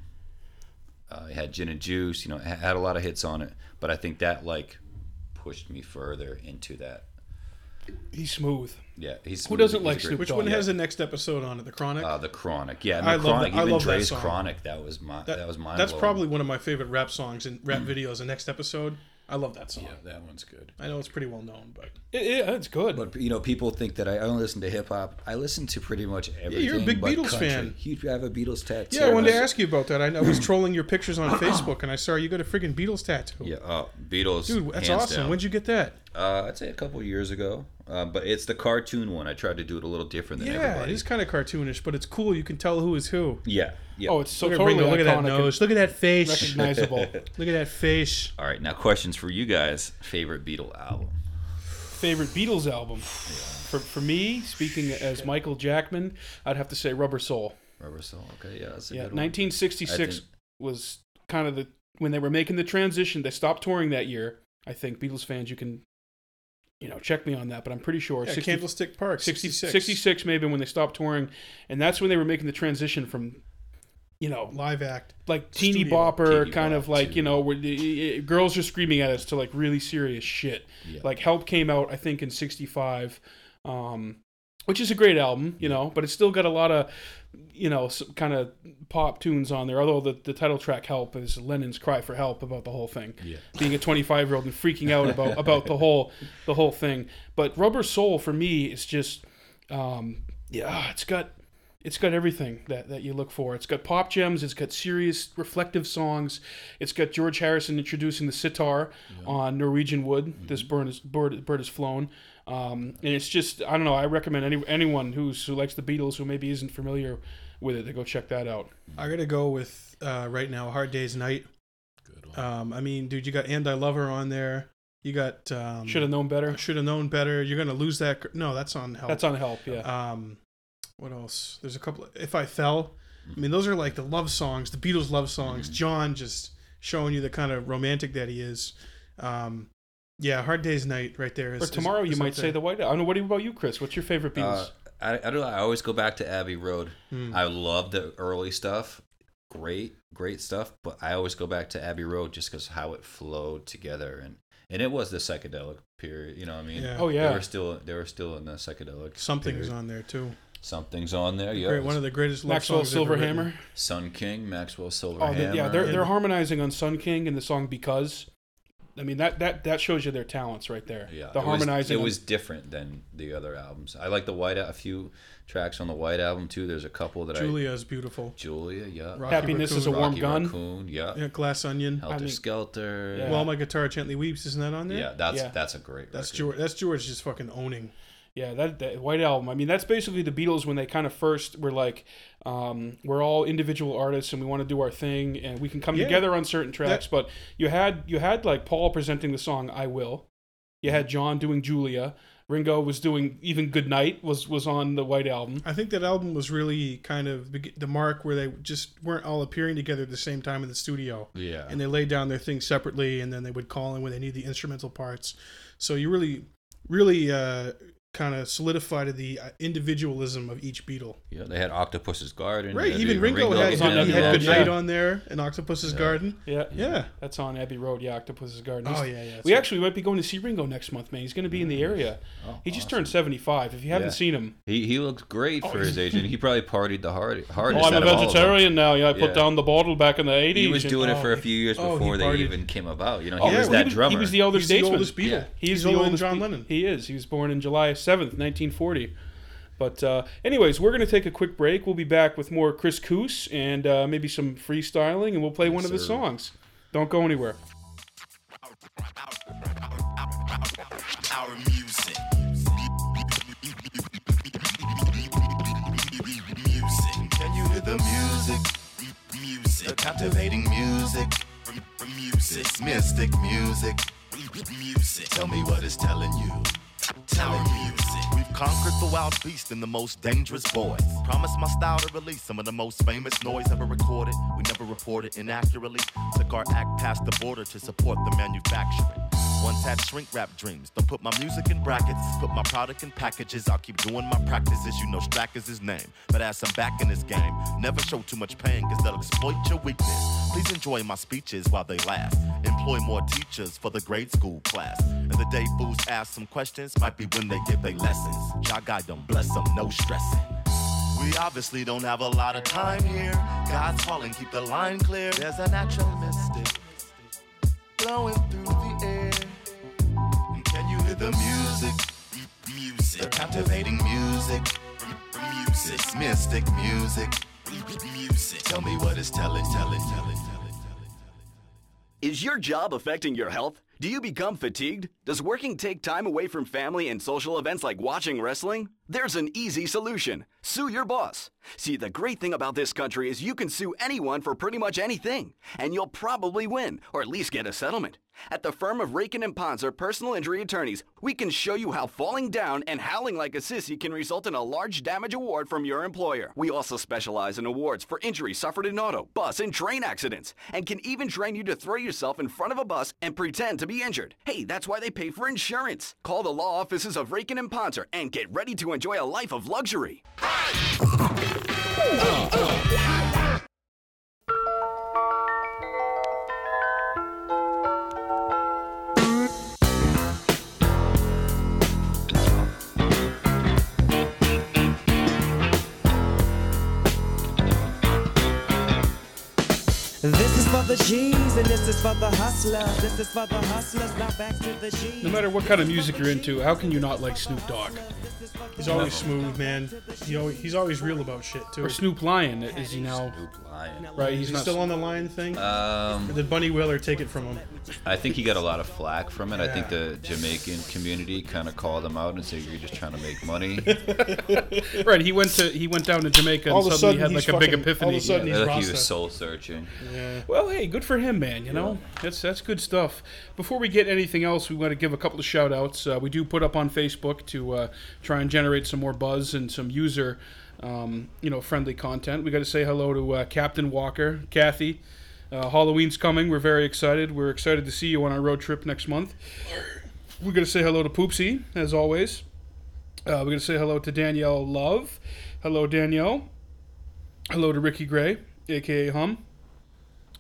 S6: Uh, it had Gin and Juice, you know, it ha- had a lot of hits on it, but I think that like pushed me further into that.
S4: He's smooth.
S6: Yeah, he's
S4: Who doesn't
S6: he's a
S4: like
S6: great-
S4: Snoop
S5: Which
S4: Dogg.
S5: one has the next episode on it? The Chronic.
S6: Oh, Uh, the Chronic, yeah, and
S5: I
S6: the
S5: love
S6: Chronic.
S5: that- I
S6: Even
S5: love that
S6: Dre's
S5: song.
S6: Chronic, that was my, that, was mine.
S5: That's probably one of my favorite rap songs and rap videos. The next episode, I love that song.
S6: yeah, that one's good.
S5: I know it's pretty well known, but
S4: It, it, it's good.
S6: But you know, people think that I only listen to hip hop. I listen to pretty much everything.
S5: you're a big
S6: but
S5: Beatles
S6: country.
S5: fan.
S6: You have a Beatles tattoo.
S5: yeah, I wanted to ask you about that. I, I was trolling your pictures on Facebook, and I saw you got a freaking Beatles tattoo.
S6: Yeah, uh, Beatles.
S5: Dude, that's
S6: hands
S5: awesome.
S6: down.
S5: When'd you get that?
S6: Uh, I'd say a couple years ago, uh, but it's the cartoon one. I tried to do it a little different than
S5: Yeah,
S6: everybody.
S5: it is kind of cartoonish, but it's cool. You can tell who is who.
S6: yeah, yeah.
S4: oh, it's so
S5: Look at,
S4: totally
S5: Ringo, look at that
S4: iconic and
S5: nose. Look at that face.
S4: recognizable.
S5: look at that face.
S6: All right, now questions for you guys. Favorite Beatle album?
S4: favorite Beatles album. For, for me, speaking as Michael Jackman, I'd have to say Rubber Soul.
S6: Rubber Soul. Okay, yeah, that's a
S4: Yeah,
S6: good one.
S4: 1966
S6: I think-
S4: was kind of the when they were making the transition. They stopped touring that year. I think Beatles fans, you can, you know, check me on that, but I'm pretty sure
S5: Yeah,
S4: 60
S5: Candlestick Park,
S4: 60
S5: 66.
S4: 66 maybe when they stopped touring, and that's when they were making the transition from you know,
S5: live act.
S4: like teeny
S5: Studio.
S4: bopper
S6: Teeny
S4: kind of
S6: bop
S4: like
S6: to-
S4: you know where the, i- i- girls are screaming at us to like really serious shit
S6: Yeah.
S4: like help came out i think in 65 um which is a great album you know but it's still got a lot of you know some kind of pop tunes on there although the, the title track help is lennon's cry for help about the whole thing
S6: Yeah.
S4: being a 25 year old and freaking out about about the whole the whole thing but rubber soul for me is just um yeah it's got it's got everything that, that you look for. It's got pop gems. It's got serious, reflective songs. It's got George Harrison introducing the sitar on Norwegian Wood.
S5: Mm-hmm.
S4: This bird is bird, bird is flown, um, and it's just I don't know. I recommend any anyone who's who likes the Beatles who maybe isn't familiar with it to go check that out.
S5: I gotta go with uh, right now. Hard Day's Night.
S1: Good one.
S5: Um, I mean, dude, you got and I love her on there. You got um,
S4: Should have known better.
S5: should have known better. You're gonna lose that. Gr- no, that's on help.
S4: That's on help. Yeah,
S5: Um, what else? There's a couple. If I fell, I mean, those are like the love songs, the Beatles love songs.
S1: Mm-hmm.
S5: John just showing you the kind of romantic that he is. Um, yeah, Hard Day's Night right there. Is,
S4: or
S5: is-
S4: tomorrow you
S5: is
S4: might
S5: up
S4: say
S5: there.
S4: the White. I don't know. What about you, Chris? What's your favorite
S6: Uh,
S4: Beatles?
S6: I, I don't know. I always go back to Abbey Road.
S4: Hmm.
S6: I love the early stuff. Great, great stuff. But I always go back to Abbey Road just because how it flowed together and and it was the psychedelic period. You know what I mean?
S5: Yeah.
S4: oh
S6: They
S4: yeah,
S6: were still they were still in the psychedelic.
S5: something's
S6: period.
S5: on there too.
S6: Something's on there. Yeah.
S5: Great, one of the greatest love
S4: Maxwell
S5: songs ever written.
S4: Silverhammer.
S6: Sun King, Maxwell
S4: Oh,
S6: Silverhammer.
S4: they, yeah, they're they're harmonizing on Sun King and the song Because. I mean that that that shows you their talents right there.
S6: Yeah,
S4: the
S6: it
S4: harmonizing.
S6: Was, it
S4: on-
S6: was different than the other albums. I like the White a few tracks on the White album too. There's a couple that I
S5: Julia's beautiful.
S6: Julia, yeah,
S5: Rocky
S4: happiness is a
S5: Raccoon.
S4: warm
S6: Rocky
S4: gun.
S6: Raccoon, yeah,
S5: Yeah, Glass Onion.
S6: Helter
S4: I mean-
S6: Skelter.
S4: Yeah.
S5: While my guitar gently weeps, isn't that on there?
S6: Yeah, that's
S4: Yeah.
S6: that's a great.
S5: That's
S6: record.
S5: George. That's George just fucking owning.
S4: Yeah, that, that White Album. I mean, that's basically the Beatles when they kind of first were like, um, we're all individual artists and we want to do our thing and we can come
S5: Yeah.
S4: together on certain tracks. but you had you had like Paul presenting the song "I Will," you
S6: Mm-hmm.
S4: had John doing Julia, Ringo was doing even "Goodnight" was was on the White Album.
S5: I think that album was really kind of beg- the mark where they just weren't all appearing together at the same time in the studio.
S6: Yeah,
S5: and they laid down their things separately and then they would call in when they need the instrumental parts so you really really uh, kind of solidified the uh, individualism of each beatle
S6: yeah. They had Octopus's Garden.
S5: right
S6: they had
S5: even ringo, had,
S4: was
S5: he
S4: on
S5: had,
S4: Abbey Road,
S5: good night
S4: yeah.
S5: on there and octopus's garden
S4: Yeah,
S5: yeah
S4: that's on Abbey Road. Yeah, Octopus's Garden.
S5: oh
S4: He's-
S5: yeah yeah
S4: We actually might be going to see Ringo next month, man. He's going to be in the area.
S6: Oh,
S4: He just
S6: awesome.
S4: turned 75. If you haven't
S6: Yeah.
S4: seen him,
S6: He he looks great
S5: Oh,
S6: for his age, and he probably partied the hard,
S4: oh,
S6: hardest.
S4: I'm a
S6: out of all of them.
S4: vegetarian now. Yeah, I put
S6: Yeah.
S4: down the bottle back in the 80s.
S6: He was
S4: and-
S6: doing it
S4: oh,
S6: for a few years
S5: oh, he
S6: before they
S5: partied.
S6: even came about. You know, he
S4: Oh,
S6: was
S5: yeah,
S6: that
S4: he was,
S6: drummer.
S4: He was the elder
S5: he's the
S4: statesman.
S5: oldest beatle
S6: Yeah.
S4: He's,
S5: he's,
S4: the
S5: older
S4: oldest
S5: than john
S4: Beat-
S5: lennon
S4: He is. He was born in July 7th, 1940. But, uh, anyways, we're going to take a quick break. We'll be back with more Chris Coos and uh, maybe some freestyling, and we'll play one of his
S6: sir.
S4: songs. Don't go anywhere.
S2: Our music. Music. Can you hear the music? Music. The captivating music. Music. It's mystic music. Music. Tell me what it's telling you. Tower music. We've conquered the wild beast in the most dangerous voice. Promise my style to release some of the most famous noise ever recorded. We never reported inaccurately. Took our act past the border to support the manufacturing. Once had shrink wrap dreams. Don't put my music in brackets. Put my product in packages. I'll keep doing my practices. You know Strack is his name. But as I'm back in this game, never show too much pain, cause they'll exploit your weakness. Please enjoy my speeches while they last. Employ more teachers for the grade school class. And the day fools ask some questions, might be when they get their lessons. Y'all guide them, bless them, no stressing. We obviously don't have a lot of time here. God's calling, keep the line clear. There's a natural mystic blowing through the air. Can you hear the music? Music. The captivating music. Music. It's mystic music. Music. Tell me what it's telling, telling, telling, telling, telling, telling.
S7: Is your job affecting your health? Do you become fatigued? Does working take time away from family and social events like watching wrestling? There's an easy solution. Sue your boss. See, the great thing about this country is you can sue anyone for pretty much anything, and you'll probably win, or at least get a settlement. At the firm of Rakin and Ponzer personal injury attorneys, we can show you how falling down and howling like a sissy can result in a large damage award from your employer. We also specialize in awards for injuries suffered in auto, bus, and train accidents, and can even train you to throw yourself in front of a bus and pretend to be injured. Hey, that's why they pay for insurance. Call the law offices of Rakin and Ponzer and get ready to enjoy a life of luxury.
S1: This is for the G's and this is for the hustlers. This is for the hustlers. Now back to the G's.
S4: No matter what kind of music you're into, how can you not like Snoop Dogg
S5: He's always smooth, man. He always, he's always real about shit too.
S4: or Snoop Lion? Is he now
S6: Snoop Lion.
S4: right?
S5: Is
S4: He's
S5: he
S4: not
S5: still on the line thing?
S6: Um,
S5: Or did Bunny Wheeler take it from him?
S6: I think he got a lot of flack from it. I think
S5: Yeah.
S6: the Jamaican community kind of called him out and said, "You're just trying to make money."
S4: right. He went to he went down to Jamaica and
S5: All of a
S4: suddenly
S5: sudden
S4: had
S5: he's
S4: like a big
S5: fucking-
S4: epiphany.
S5: all of a sudden
S6: I
S5: he's
S6: think he
S5: Rasta.
S6: was soul searching.
S4: Well, hey, good for him, man. You know, that's that's good stuff. Before we get anything else, we want to give a couple of shout outs. Uh, we do put up on Facebook to uh, try and generate some more buzz and some user, um, you know, friendly content. We got to say hello to uh, Captain Walker, Kathy. Uh, Halloween's coming. We're very excited. We're excited to see you on our road trip next month. We're going to say hello to Poopsie, as always. Uh, we're going to say hello to Danielle Love. Hello, Danielle. Hello to Ricky Gray, aka Hum.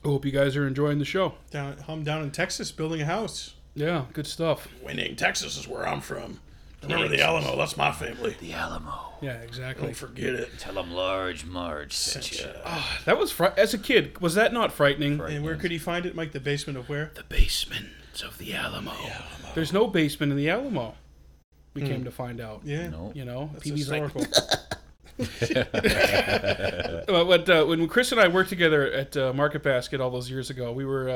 S4: I hope you guys are enjoying the show.
S5: Down, hum down in Texas, building a house.
S4: Yeah, good stuff.
S5: Winning Texas is where I'm from. Remember the Alamo? That's my family.
S6: The Alamo.
S4: Yeah, exactly.
S5: forget it.
S6: Tell him large Marge sent you.
S4: That was fri- as a kid. Was that not frightening?
S5: And where could he find it, Mike? The basement of where?
S4: Basements of the Alamo. There's no basement in the Alamo. We came to find out.
S5: Yeah.
S6: No.
S4: You know, That's
S5: It's
S4: PB's like,
S5: historical.
S4: But what, uh, when Chris and I worked together at uh, Market Basket all those years ago, we were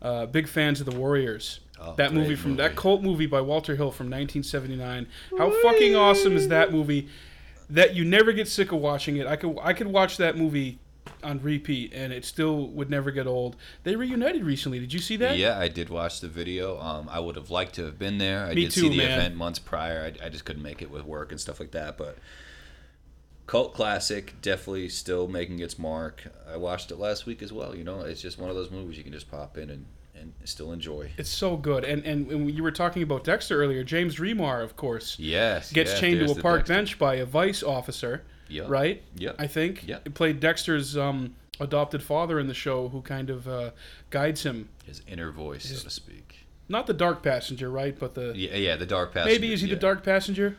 S4: uh, uh, big fans of the Warriors.
S6: Oh,
S4: that movie
S6: great
S4: from
S6: movie.
S4: that cult movie by Walter Hill from 1979. How fucking awesome is that movie? That you never get sick of watching it. I could I could watch that movie on repeat, and it still would never get old. They reunited recently. Did you see that?
S6: Yeah, I did watch the video. Um, I would have liked to have been there. I
S4: Me
S6: did
S4: too,
S6: see the
S4: man.
S6: event months prior. I, I just couldn't make it with work and stuff like that. But cult classic, definitely still making its mark. I watched it last week as well. You know, it's just one of those movies you can just pop in and, and still enjoy.
S4: It's so good. And, and and you were talking about Dexter earlier. James Remar, of course.
S6: Yes,
S4: gets
S6: yes,
S4: chained to
S6: there's
S4: a
S6: the
S4: park
S6: Dexter.
S4: bench by a vice officer,
S6: Yeah.
S4: right?
S6: Yeah.
S4: I think.
S6: Yeah.
S4: It played Dexter's um, adopted father in the show, who kind of uh, guides him.
S6: His inner voice, so to speak.
S4: Not the dark passenger, right? But the
S6: Yeah, yeah, the dark passenger.
S4: maybe is he
S6: yeah.
S4: the dark passenger?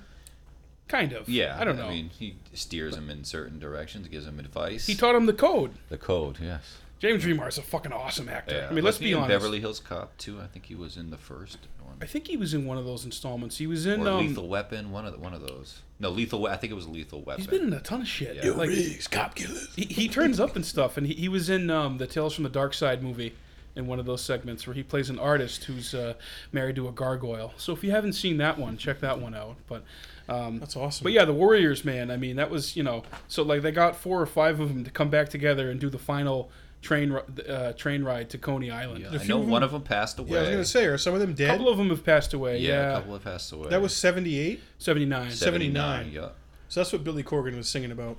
S4: Kind of.
S6: Yeah,
S4: I don't know.
S6: I mean, he steers him in certain directions, gives him advice.
S4: he taught him the code.
S6: the code, yes.
S4: James Remar's a fucking awesome actor.
S6: Yeah.
S4: I mean, let's
S6: Wasn't he
S4: be
S6: in
S4: honest.
S6: Beverly Hills Cop too. I think he was in the first one.
S4: I think he was in one of those installments. He was in.
S6: Or
S4: Um,
S6: Lethal Weapon, one of the, one of those. No, Lethal. We- I think it was Lethal Weapon.
S4: he's been in a ton of shit.
S6: Yeah.
S4: Like he,
S5: Riggs, cop killers.
S4: he turns up and stuff, and he, he was in um, the Tales from the Dark Side movie. in one of those segments where he plays an artist who's uh, married to a gargoyle. So if you haven't seen that one, check that one out. But um,
S5: That's awesome.
S4: but yeah, the Warriors, man. I mean, that was you know. So like they got four or five of them to come back together and do the final train ri- uh, train ride to Coney Island.
S6: Yeah,
S4: A
S6: I
S5: few
S6: know
S5: of
S6: one
S5: them-
S6: of them passed away.
S5: Yeah, I was gonna say, are some of them dead?
S4: couple of them have passed away.
S6: yeah,
S4: Yeah,
S6: a couple have passed away.
S5: that was '78,
S4: 79.
S5: 79.
S6: Yeah.
S5: so that's what Billy Corgan was singing about.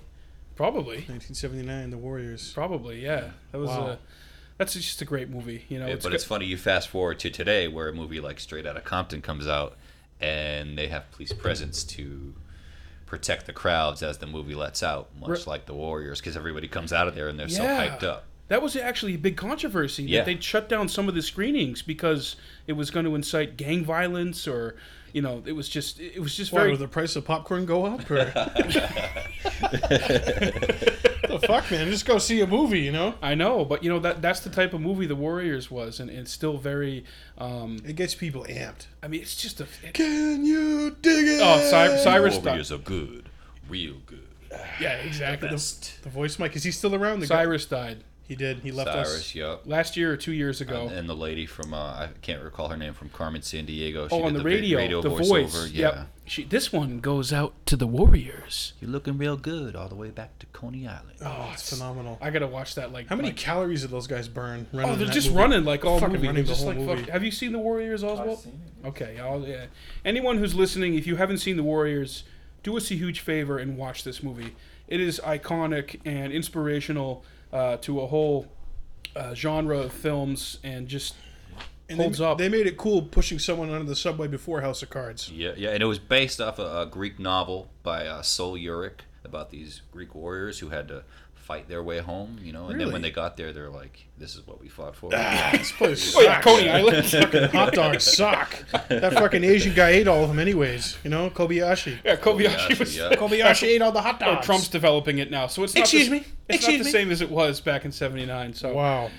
S4: Probably.
S5: 1979, The Warriors.
S4: Probably, yeah. That was
S5: Wow.
S4: uh that's just a great movie, you know.
S6: Yeah,
S4: it's
S6: but
S4: go-
S6: it's funny you fast forward to today, where a movie like Straight Outta Compton comes out, and they have police presence to protect the crowds as the movie lets out, much
S4: Right.
S6: like the Warriors, because everybody comes out of there and they're so
S4: Yeah.
S6: hyped up.
S4: That was actually a big controversy.
S6: Yeah.
S4: That they shut down some of the screenings because it was going to incite gang violence, or you know, it was just it was just
S5: Why
S4: very.
S5: would the price of popcorn go up? Or... the fuck, man! Just go see a movie, you know.
S4: I know, but you know that that's the type of movie the Warriors was, and it's still very. Um,
S5: It gets people amped.
S4: I mean, it's just a. It,
S5: Can you dig it?
S4: oh, Cy- Cyrus
S6: Warriors
S4: died.
S6: are good, real good.
S4: Yeah, exactly. The-
S5: The voice mic. Is he still around? The guy-
S4: Cyrus died
S5: He did. He left us.
S6: Cyrus, yup.
S4: last year or two years ago.
S6: And the lady from uh, I can't recall her name from Carmen San Diego. She
S4: oh, on
S6: did
S4: the,
S6: vi-
S4: radio, the voice.
S6: Yeah,
S4: Yep. She, this one goes out to the Warriors.
S6: you're looking real good all the way back to Coney Island.
S5: Oh, it's phenomenal.
S4: I gotta watch that. Like
S5: How many
S4: like-
S5: calories did those guys burn? Running
S4: Oh, they're
S5: that
S4: just
S5: movie?
S4: running like all
S5: Fucking
S4: movie.
S5: running the
S4: just
S5: whole
S4: like
S5: movie.
S4: fuck- have you seen the Warriors, Oswald? Okay, I'll, yeah. Anyone who's listening, if you haven't seen the Warriors, do us a huge favor and watch this movie. It is iconic and inspirational uh, to a whole uh, genre of films, and just
S5: And
S4: holds
S5: they,
S4: up.
S5: They made it cool pushing someone under the subway before House of Cards.
S6: Yeah, yeah, and it was based off a, a Greek novel by uh, Sol Yurick about these Greek warriors who had to fight their way home, you know. And then
S5: Really?
S6: when they got there, they're like, "This is what we fought for."
S4: Ah,
S5: This place oh, yeah, Coney Island. fucking hot dogs suck. That fucking Asian guy ate all of them, anyways. You know, Kobayashi.
S4: Yeah, Kobayashi
S6: Kobayashi,
S4: was.
S6: yeah.
S5: Kobayashi ate all the hot
S4: Oh,
S5: dogs.
S4: Trump's developing it now, so it's not
S5: Excuse
S4: the,
S5: me?
S4: It's
S5: Excuse
S4: not the
S5: me?
S4: same as it was back in '79. So
S5: Wow.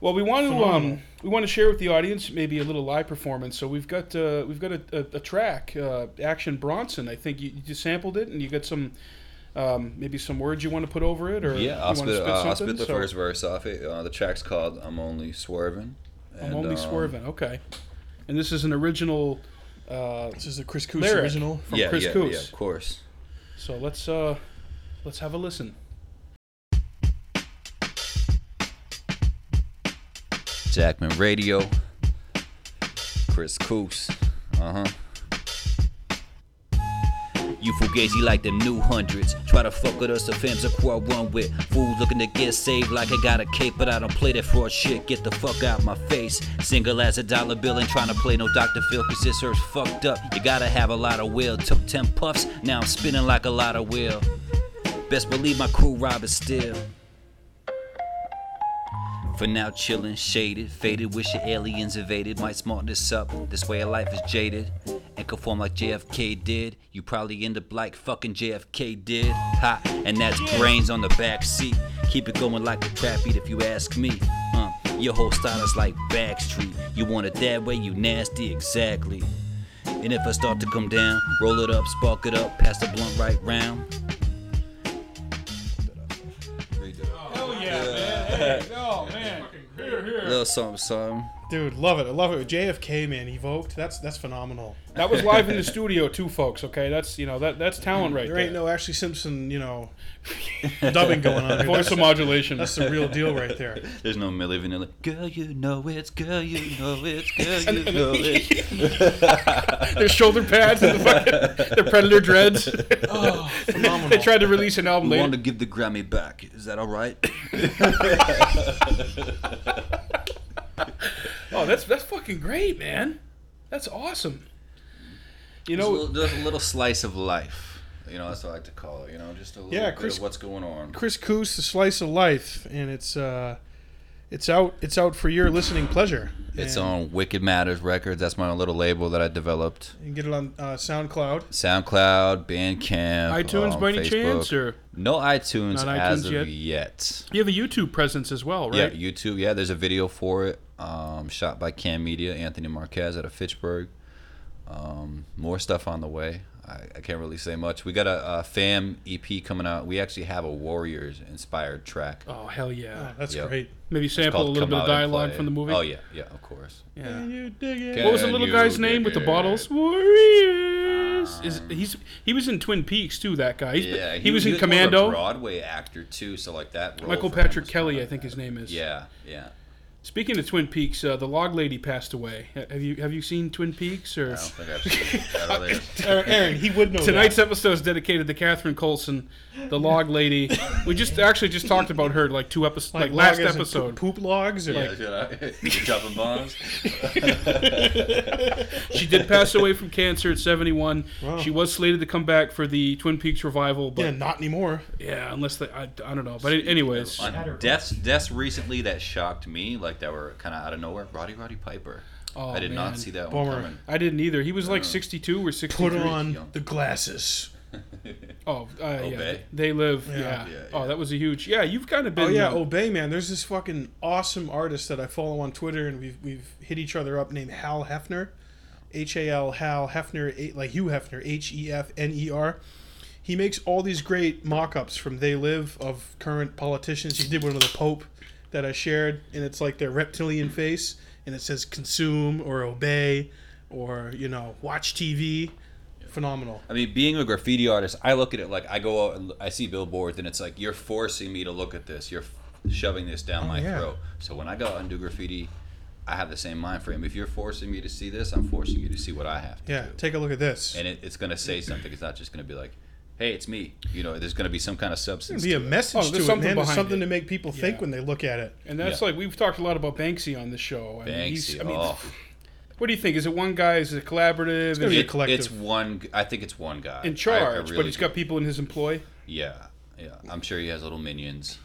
S4: Well, we want to
S5: Phenomenal.
S4: um, we want to share with the audience maybe a little live performance. So we've got uh, we've got a, a, a track, uh, Action Bronson. I think you, you just sampled it, and you got some um, maybe some words you want to put over it, or
S6: yeah, I'll
S4: you want
S6: spit,
S4: to
S6: uh, I'll
S4: something?
S6: spit the
S4: So,
S6: first verse off it. Uh, the track's called "I'm Only Swerving." um,
S4: I'm only swerving. Okay, and this is an original. Uh,
S5: This is the Chris Coos
S4: Lyric.
S5: original.
S4: from
S6: yeah,
S4: Chris
S6: yeah,
S4: Coos.
S6: yeah, of course.
S4: so let's uh, let's have a listen.
S6: Jackman Radio, Chris Coos. Uh huh.
S8: uh-huh. You fugazi like them new hundreds. Try to fuck with us, the fams are quite one with. Fool looking to get saved like I got a cape, but I don't play that fraud shit. Get the fuck out my face. Single as a dollar bill and trying to play no Dr. Phil, cause this earth's fucked up. You gotta have a lot of will. Took 10 puffs, now I'm spinning like a lot of will. Best believe my crew rob is still. For now, chillin', shaded, faded. Wish the aliens invaded. Might smarten this up. This way of life is jaded. And conform like JFK did. You probably end up like fucking JFK did. Ha! And that's brains on the back seat. Keep it going like a trap beat if you ask me. Uh, your whole style is like Backstreet. You want it that way, you nasty, exactly. And if I start to come down, roll it up, spark it up, pass the blunt right round.
S6: Little something, something.
S5: Dude, love it. I love it. JFK, man, evoked. That's that's phenomenal.
S4: That was live in the studio too, folks. Okay, that's you know that that's talent right
S5: There
S4: there.
S5: ain't no Ashley Simpson, you know, dubbing going on. Here.
S4: voice
S5: That's,
S4: modulation.
S5: that's the real deal right there.
S6: There's no Milli Vanilli. Girl, you know it's. Girl, you know it's. Girl, you know it's.
S4: their shoulder pads and the fucking, their predator dreads. they
S5: Phenomenal.
S4: tried to release an album
S6: Oh, We
S4: later.
S6: want to give the Grammy back. Is that all right?
S4: Oh, that's that's fucking great, man. That's awesome. You
S6: There's a
S4: know,
S6: little, there's a little slice of life. You know, that's what I like to call it. You know, just a little
S5: Yeah,
S6: bit
S5: Chris-
S6: of what's going on.
S5: Chris Coos, The Slice of Life, and it's uh, it's out it's out for your listening pleasure.
S6: It's
S5: and
S6: on Wicked Matters Records. That's my own little label that I developed.
S5: You can get it on uh, SoundCloud.
S6: SoundCloud, Bandcamp,
S4: iTunes
S6: um,
S4: by any
S6: Facebook.
S4: chance, or
S6: no iTunes,
S4: Not
S6: as
S4: iTunes
S6: of
S4: yet?
S6: yet.
S4: you have a YouTube presence as well,
S6: Yeah,
S4: right?
S6: YouTube. Yeah, there's a video for it. Um, shot by Cam Media, Anthony Marquez out of Fitchburg. Um, more stuff on the way. I, I can't really say much. We got a, a fam EP coming out. We actually have a Warriors inspired track.
S4: Oh hell yeah!
S5: That's
S6: Yep.
S5: great.
S4: Maybe sample a
S6: called
S4: little
S6: Come
S4: bit of
S6: Out and
S4: dialogue
S6: Play.
S4: from the movie.
S6: Oh yeah, yeah, of course.
S4: Yeah.
S5: You dig it.
S4: What was the
S6: Can
S4: little
S6: you
S4: guy's
S6: dig
S4: name with the
S6: it? Ah.
S4: bottles? Warriors. Is he's he was in Twin Peaks too? That guy. He's-
S6: Yeah,
S4: he, was in
S6: more of a
S4: Commando.
S6: Broadway actor too, so like that. role
S4: Michael
S6: for him
S4: Patrick
S6: was
S4: Kelly,
S6: kinda-
S4: I think his name is.
S6: Yeah, yeah.
S4: Speaking of Twin Peaks, uh, the log lady passed away. Ha- Have you have you seen Twin Peaks
S6: I
S4: or?
S6: don't think I've seen that out there.
S5: Aaron, Aaron, he would know
S4: Tonight's episode is dedicated to Catherine Colson, the log lady. We just actually just talked about her like two episodes,
S5: that.
S4: like, last
S5: log as in
S4: episode.
S5: poop logs or like
S6: Should I? You dropping bombs?
S4: She did pass away from cancer at 71. She was slated to come back for the Twin Peaks revival, but
S5: yeah,
S4: yeah,
S5: not anymore.
S4: unless they, I, I don't know. But anyways,
S6: On deaths, deaths recently that shocked me, like that were kind of out of nowhere. Roddy Roddy Piper.
S4: Oh,
S6: I did
S4: man.
S6: not see that Oh.
S5: Bummer.
S6: one coming.
S4: I didn't either. He was like 62 or 63.
S5: Put on the glasses.
S4: Oh, uh, yeah.
S6: Obey.
S4: They live. Yeah. Oh, that was a huge. Yeah, you've kind of been.
S5: Oh yeah,
S4: uh,
S5: Obey man. There's this fucking awesome artist that I follow on Twitter, and we've we've hit each other up named Hal Hefner, H A L Hal Hefner, A- like Hugh Hefner, H E F N E R. He makes all these great mock-ups from They Live of current politicians. He did one of the Pope that I shared, and it's like their reptilian face, and it says consume or obey, or you know watch TV. Phenomenal.
S6: I mean, being a graffiti artist, I look at it like I go out and l- I see billboards, and it's like you're forcing me to look at this. You're f- shoving this down my
S5: yeah.
S6: throat. So when I go out and do graffiti, I have the same mind frame. If you're forcing me to see this, I'm forcing you to see what I have to
S5: Yeah,
S6: do.
S5: take a look at this.
S6: and it, it's going to say something. It's not just going to be like, "Hey, it's me." You know, there's going to be some kind of substance.
S5: Be a
S6: to it.
S5: message
S4: Oh, there's
S5: to it,
S4: something
S5: man. There's
S4: behind
S5: something
S4: it.
S5: to make people think when they look at it.
S4: And that's
S6: Yeah.
S4: like we've talked a lot about Banksy on the show. I mean, he's-
S6: Banksy.
S4: I mean,
S6: oh.
S4: What do you think? Is it one guy? Is it collaborative?
S5: gonna
S4: Is
S5: be a
S4: it
S5: collective.
S6: It's one. I think it's one guy
S4: in
S6: I- I
S4: charge, but
S6: really
S4: he's
S6: do.
S4: got people in his employ.
S6: Yeah, yeah. I'm sure he has little minions.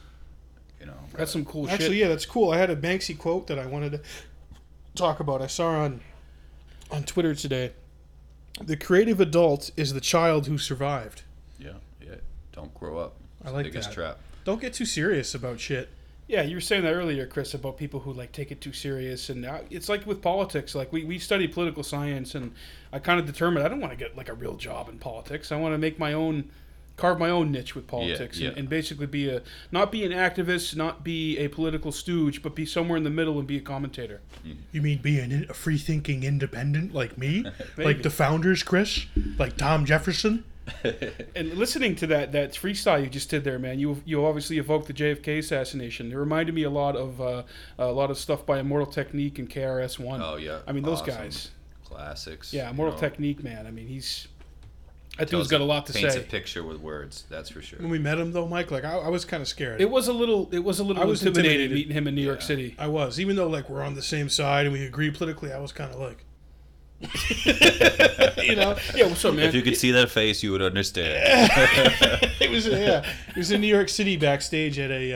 S6: You know,
S5: That's some cool shit.
S4: Actually, yeah, that's cool. I had a Banksy quote that I wanted to talk about. I saw on on Twitter today. The creative adult is the child who survived.
S6: yeah, yeah. Don't grow up. It's
S4: I
S6: the
S4: like
S6: biggest
S4: that.
S6: trap.
S4: Don't get too serious about shit.
S5: Yeah, you were saying that earlier, Chris, about people who like take it too serious, and uh, it's like with politics. Like we, we study political science, and I kind of determined I don't want to get like a real job in politics. I want to make my own, carve my own niche with politics,
S6: yeah.
S5: And, and basically be a not be an activist, not be a political stooge, but be somewhere in the middle and be a commentator.
S4: You mean being in- a free thinking independent like me? like the founders, Chris? Like Tom Jefferson?
S5: And listening to that that freestyle you just did there, man, you you obviously evoked the JFK assassination. It reminded me a lot of uh, a lot of stuff by Immortal Technique and KRS One.
S6: Oh yeah.
S5: I mean those
S6: Awesome.
S5: guys.
S6: Classics.
S5: Yeah,
S6: you
S5: Mortal
S6: know.
S5: Technique, man. I mean, he's. That dude's
S6: Does-
S5: got a lot to
S6: paints
S5: say.
S6: a picture with words. That's for sure.
S4: When we met him, though, Mike, like I, I was kind of scared.
S5: It was a little. It was a little
S4: I was
S5: intimidated,
S4: intimidated.
S5: meeting him in New York City.
S4: I was, even though like we're on the same side and we agree politically, I was kind of like, you know,
S5: Yeah, what's up, man?
S6: If you could see that face, you would understand.
S4: it was yeah, it was in New York City backstage at a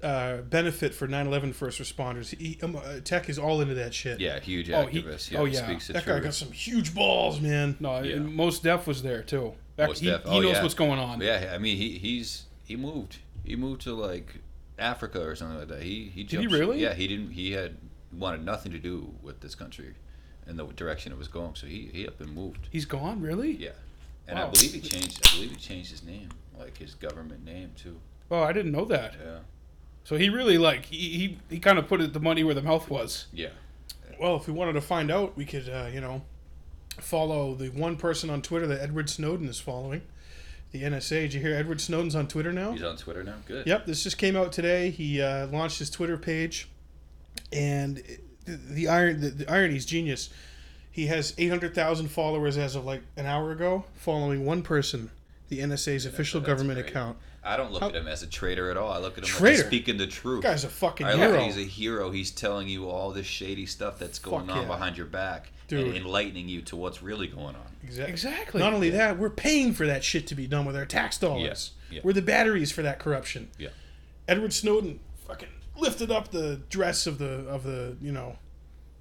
S4: uh, uh, benefit for 9/11 first responders. He, um, uh, Tech is all into that shit.
S6: yeah, huge
S5: Oh, he-
S6: activist.
S5: oh,
S6: he
S5: yeah.
S6: Speaks the
S4: that guy
S6: truth.
S4: got some huge balls, man.
S5: no, Uh, and
S6: Yeah.
S5: most Def was there too. Back,
S6: Most
S5: he,
S6: def-
S5: he
S6: oh,
S5: knows
S6: yeah.
S5: what's going on.
S6: Yeah, I mean he he's he moved he moved to like Africa or something like that. He he
S5: he
S6: jumped,
S5: really?
S6: Yeah, he didn't. He had wanted nothing to do with this country and the direction it was going. So he he up and moved.
S5: He's gone, really?
S6: Yeah, and I
S5: Wow.
S6: believe he changed. I believe he changed his name, like his government name too.
S5: Oh, I didn't know that.
S6: Yeah,
S5: So he really like he he, he kind of put it, the money where the mouth was.
S6: yeah.
S4: Well, if we wanted to find out, we could, uh, you know, follow the one person on Twitter that Edward Snowden is following, the NSA. Did you hear Edward Snowden's on Twitter now?
S6: He's on Twitter now. Good.
S4: Yep, this just came out today. He uh, launched his Twitter page, and it- the, the iron the, the irony is genius. He has eight hundred thousand followers as of like an hour ago, following one person, the NSA's official
S6: that's
S4: government
S6: great.
S4: account.
S6: I don't look at him as a traitor at all. I look at him like
S4: Traitor?
S6: he's speaking the truth.
S4: Guy's a fucking
S6: I
S4: hero.
S6: Like he's a hero. He's telling you all this shady stuff that's going
S4: Fuck
S6: on
S4: yeah.
S6: behind your back
S4: Dude.
S6: and enlightening you to what's really going on.
S4: Exactly.
S5: Exactly.
S4: Not only that, we're paying for that shit to be done with our tax dollars.
S6: Yeah, yeah.
S4: We're the batteries for that corruption.
S6: Yeah.
S4: Edward Snowden fucking lifted up the dress of the of the you know,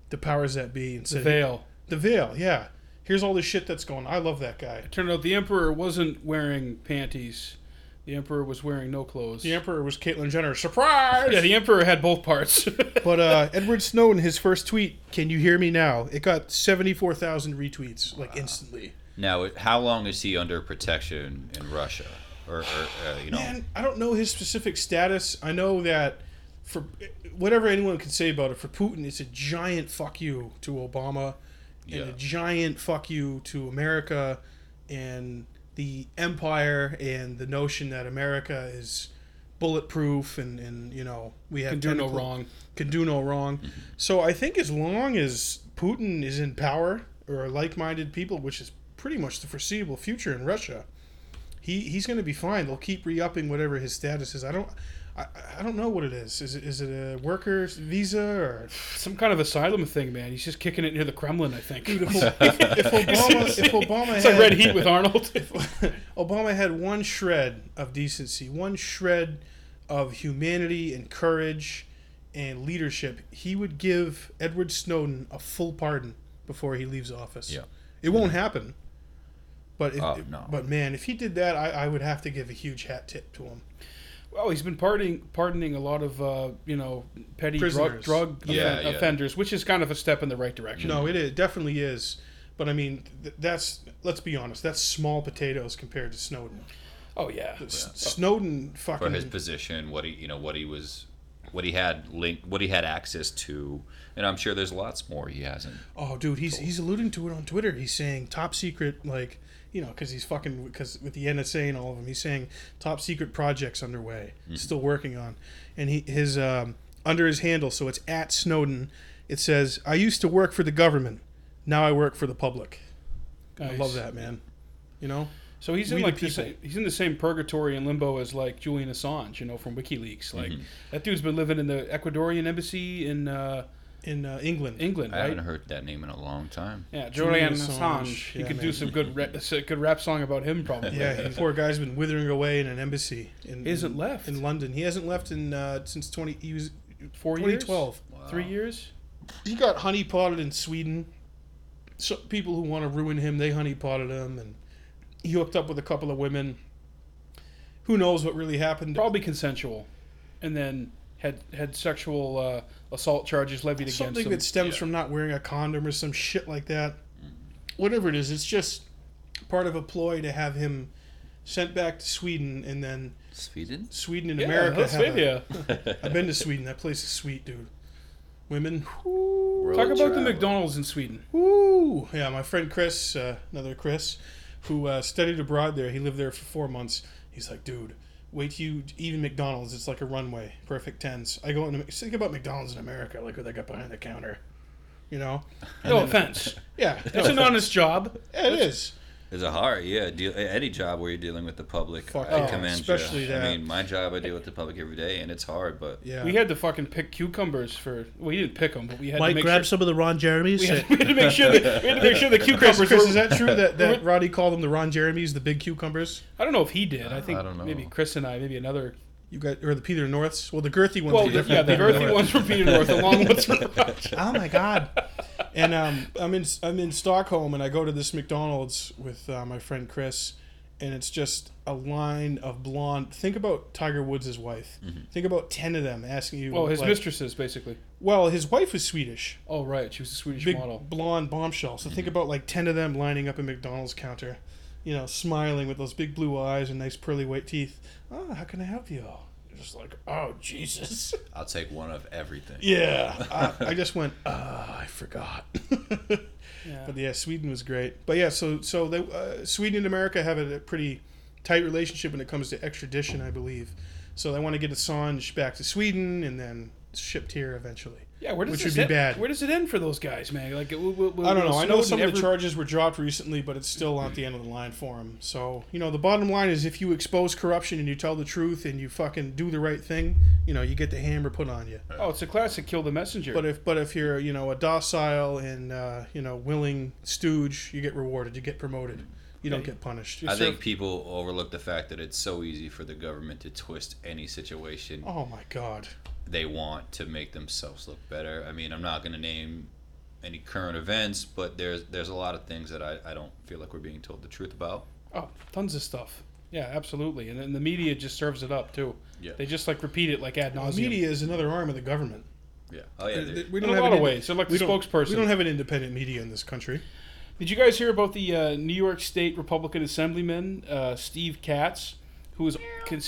S4: the powers that be and said
S5: Veil.
S4: the veil. Yeah. Here's all this shit that's going. on. I love that guy.
S5: Turned out the emperor wasn't wearing panties. The emperor was wearing no clothes.
S4: The Emperor was Caitlyn Jenner. Surprise!
S5: yeah, the emperor had both parts.
S4: but uh, Edward Snowden, his first tweet, "Can you hear me now?" It got seventy-four thousand retweets, like instantly.
S6: Now, how long is he under protection in Russia? Or, or uh, you know,
S4: And I don't know his specific status. I know that for whatever anyone can say about it, for Putin, it's a giant fuck you to Obama, and
S6: Yeah.
S4: a giant fuck you to America, and the empire, and the notion that America is bulletproof, and and you know we have
S5: Can do no
S4: tentacle-
S5: wrong.
S4: can do no wrong. So I think as long as Putin is in power or like-minded people, which is pretty much the foreseeable future in Russia, he he's going to be fine. They'll keep re-upping whatever his status is. I don't. I, I don't know what it is. Is it, is it a worker visa or
S5: Some kind of asylum thing, man. He's just kicking it near the Kremlin, I think.
S4: if Obama if Obama
S5: it's
S4: had
S5: like red heat with Arnold.
S4: Obama had one shred of decency, one shred of humanity and courage and leadership, he would give Edward Snowden a full pardon before he leaves office.
S6: Yeah.
S4: It won't happen. But if,
S6: Oh, no.
S4: but man, if he did that, I, I would have to give a huge hat tip to him.
S5: Well, he's been pardoning pardoning a lot of uh, you know petty drug
S4: Prisoners.
S5: drug
S6: Yeah,
S5: offen-
S6: yeah.
S5: offenders, which is kind of a step in the right direction.
S4: No, it, is, definitely is. But I mean, th- that's let's be honest, that's small potatoes compared to Snowden.
S5: Oh yeah.
S4: S- Snowden
S6: for
S4: fucking
S6: his position, what he, you know, what he was, what he had linked, what he had access to, and I'm sure there's lots more he hasn't.
S4: Oh, dude, he's he's alluding to it on Twitter. He's saying top secret, like you know, because he's fucking because with the NSA and all of them. He's saying top secret projects underway,
S5: Mm-hmm.
S4: still working on, and he his um, under his handle, so it's at Snowden. It says, "I used to work for the government, now I work for the public." I
S5: Nice.
S4: love that man. You know,
S5: So he's in
S4: We
S5: like
S4: the
S5: the same, he's in the same purgatory and limbo as like Julian
S6: Mm-hmm.
S5: Assange, you know, from WikiLeaks. Like that dude's been living in the Ecuadorian embassy in uh,
S4: in uh, England.
S5: England,
S6: I
S5: right?
S6: haven't heard that name in a long time.
S5: Yeah,
S4: Julian
S5: Julian Assange.
S4: Assange.
S5: He
S4: Yeah,
S5: could do
S4: man.
S5: some good re- s- good rap song about him, probably.
S4: Yeah, the poor guy's been withering away in an embassy. In,
S5: He hasn't
S4: in-
S5: left.
S4: in London. He hasn't left in uh, since twenty. He was
S5: Four years,
S4: 2012.
S5: three years.
S4: He got honeypotted in Sweden. So people who want to ruin him, they honeypotted him, and he hooked up with a couple of women. Who knows what really happened?
S5: Probably consensual, and then had had sexual uh, assault charges levied
S4: something
S5: against him.
S4: that stems from not wearing a condom or some shit like that.
S5: Mm.
S4: Whatever it is, it's just part of a ploy to have him sent back to Sweden and then
S6: Sweden?
S4: Sweden and
S5: yeah,
S4: America. Have
S5: Pennsylvania.
S4: a, I've been to Sweden. That place is sweet, dude. Women.
S5: Talk about the McDonald's in Sweden.
S4: Woo! Yeah, my friend Chris, uh, another Chris, who uh, studied abroad there. He lived there for four months. He's like, dude, wait till you even McDonald's. It's like a runway, perfect tens. I go into think about McDonald's in America, like what they got behind the counter, you know?
S5: No offense.
S4: Yeah,
S5: It's an honest job.
S4: yeah, it is.
S6: It's a hard, yeah. Deal, any job where you're dealing with the public,
S4: Fuck
S6: I
S4: yeah,
S6: commend
S4: especially
S6: you.
S4: that.
S6: I mean, my job, I deal with the public every day, and it's hard, but
S4: Yeah,
S5: We had to fucking pick cucumbers for. Well, we didn't pick them, but we had to
S9: Mike,
S5: make
S9: grab
S5: sure.
S9: some of the Ron Jeremy's.
S5: We had, we had to make sure that we had to make sure the cucumbers.
S4: Chris, Chris,
S5: were-
S4: is that true that, that Roddy called them the Ron Jeremy's, the big cucumbers?
S5: I don't know if he did. I think
S6: I don't know.
S5: maybe Chris and I, maybe another.
S4: You got or the Peter Norths? Well, the girthy ones.
S5: Well,
S4: are
S5: the,
S4: different
S5: yeah,
S4: than
S5: the earthy
S4: North.
S5: ones from Peter North, the long ones from Russia.
S4: Oh my god! and um, I'm in I'm in Stockholm, and I go to this McDonald's with uh, my friend Chris, and it's just a line of blonde. Think about Tiger Woods' wife. Think about ten of them asking you.
S5: Well, his
S4: like-
S5: mistresses, basically.
S4: Well, his wife was Swedish,
S5: Oh, right. She was a Swedish
S4: big
S5: model.
S4: blonde bombshell. So think about like ten of them lining up a McDonald's counter, you know, smiling with those big blue eyes and nice pearly white teeth. Oh, how can I help you? You're Just like, oh Jesus.
S6: I'll take one of everything.
S4: Yeah, I, I just went. Uh, I forgot. But yeah, Sweden was great. But yeah, so so they, uh, Sweden and America have a, a pretty tight relationship when it comes to extradition, I believe. So they want to get Assange back to Sweden and then shipped here eventually.
S5: Yeah, where does
S4: Which
S5: this
S4: would be
S5: end-
S4: bad.
S5: Where does it end for those guys, man? Like, it, w- w- w-
S4: I don't know. I know
S5: Snowden
S4: some of the
S5: ever-
S4: charges were dropped recently, but it's still not the end of the line for him. So you know, the bottom line is if you expose corruption and you tell the truth and you fucking do the right thing, you know, you get the hammer put on you.
S5: Oh, it's a classic. Kill the messenger.
S4: But if but if you're you know a docile and uh, you know willing stooge, you get rewarded. You get promoted. You don't get punished.
S6: I think people overlook the fact that it's so easy for the government to twist any situation
S4: Oh my god.
S6: they want to make themselves look better. I mean, I'm not going to name any current events, but there's there's a lot of things that I, I don't feel like we're being told the truth about.
S5: oh, tons of stuff. Yeah, absolutely. And then the media just serves it up too.
S6: Yeah.
S5: They just like repeat it like ad nauseum.
S4: Media is another arm of the government.
S6: Yeah. Oh yeah. there-
S4: We
S5: In a lot
S4: an
S5: of
S4: inde-
S5: ways. They're like the
S4: we don't-
S5: spokesperson.
S4: We don't have an independent media in this country.
S5: Did you guys hear about the uh, New York State Republican Assemblyman uh, Steve Katz, who has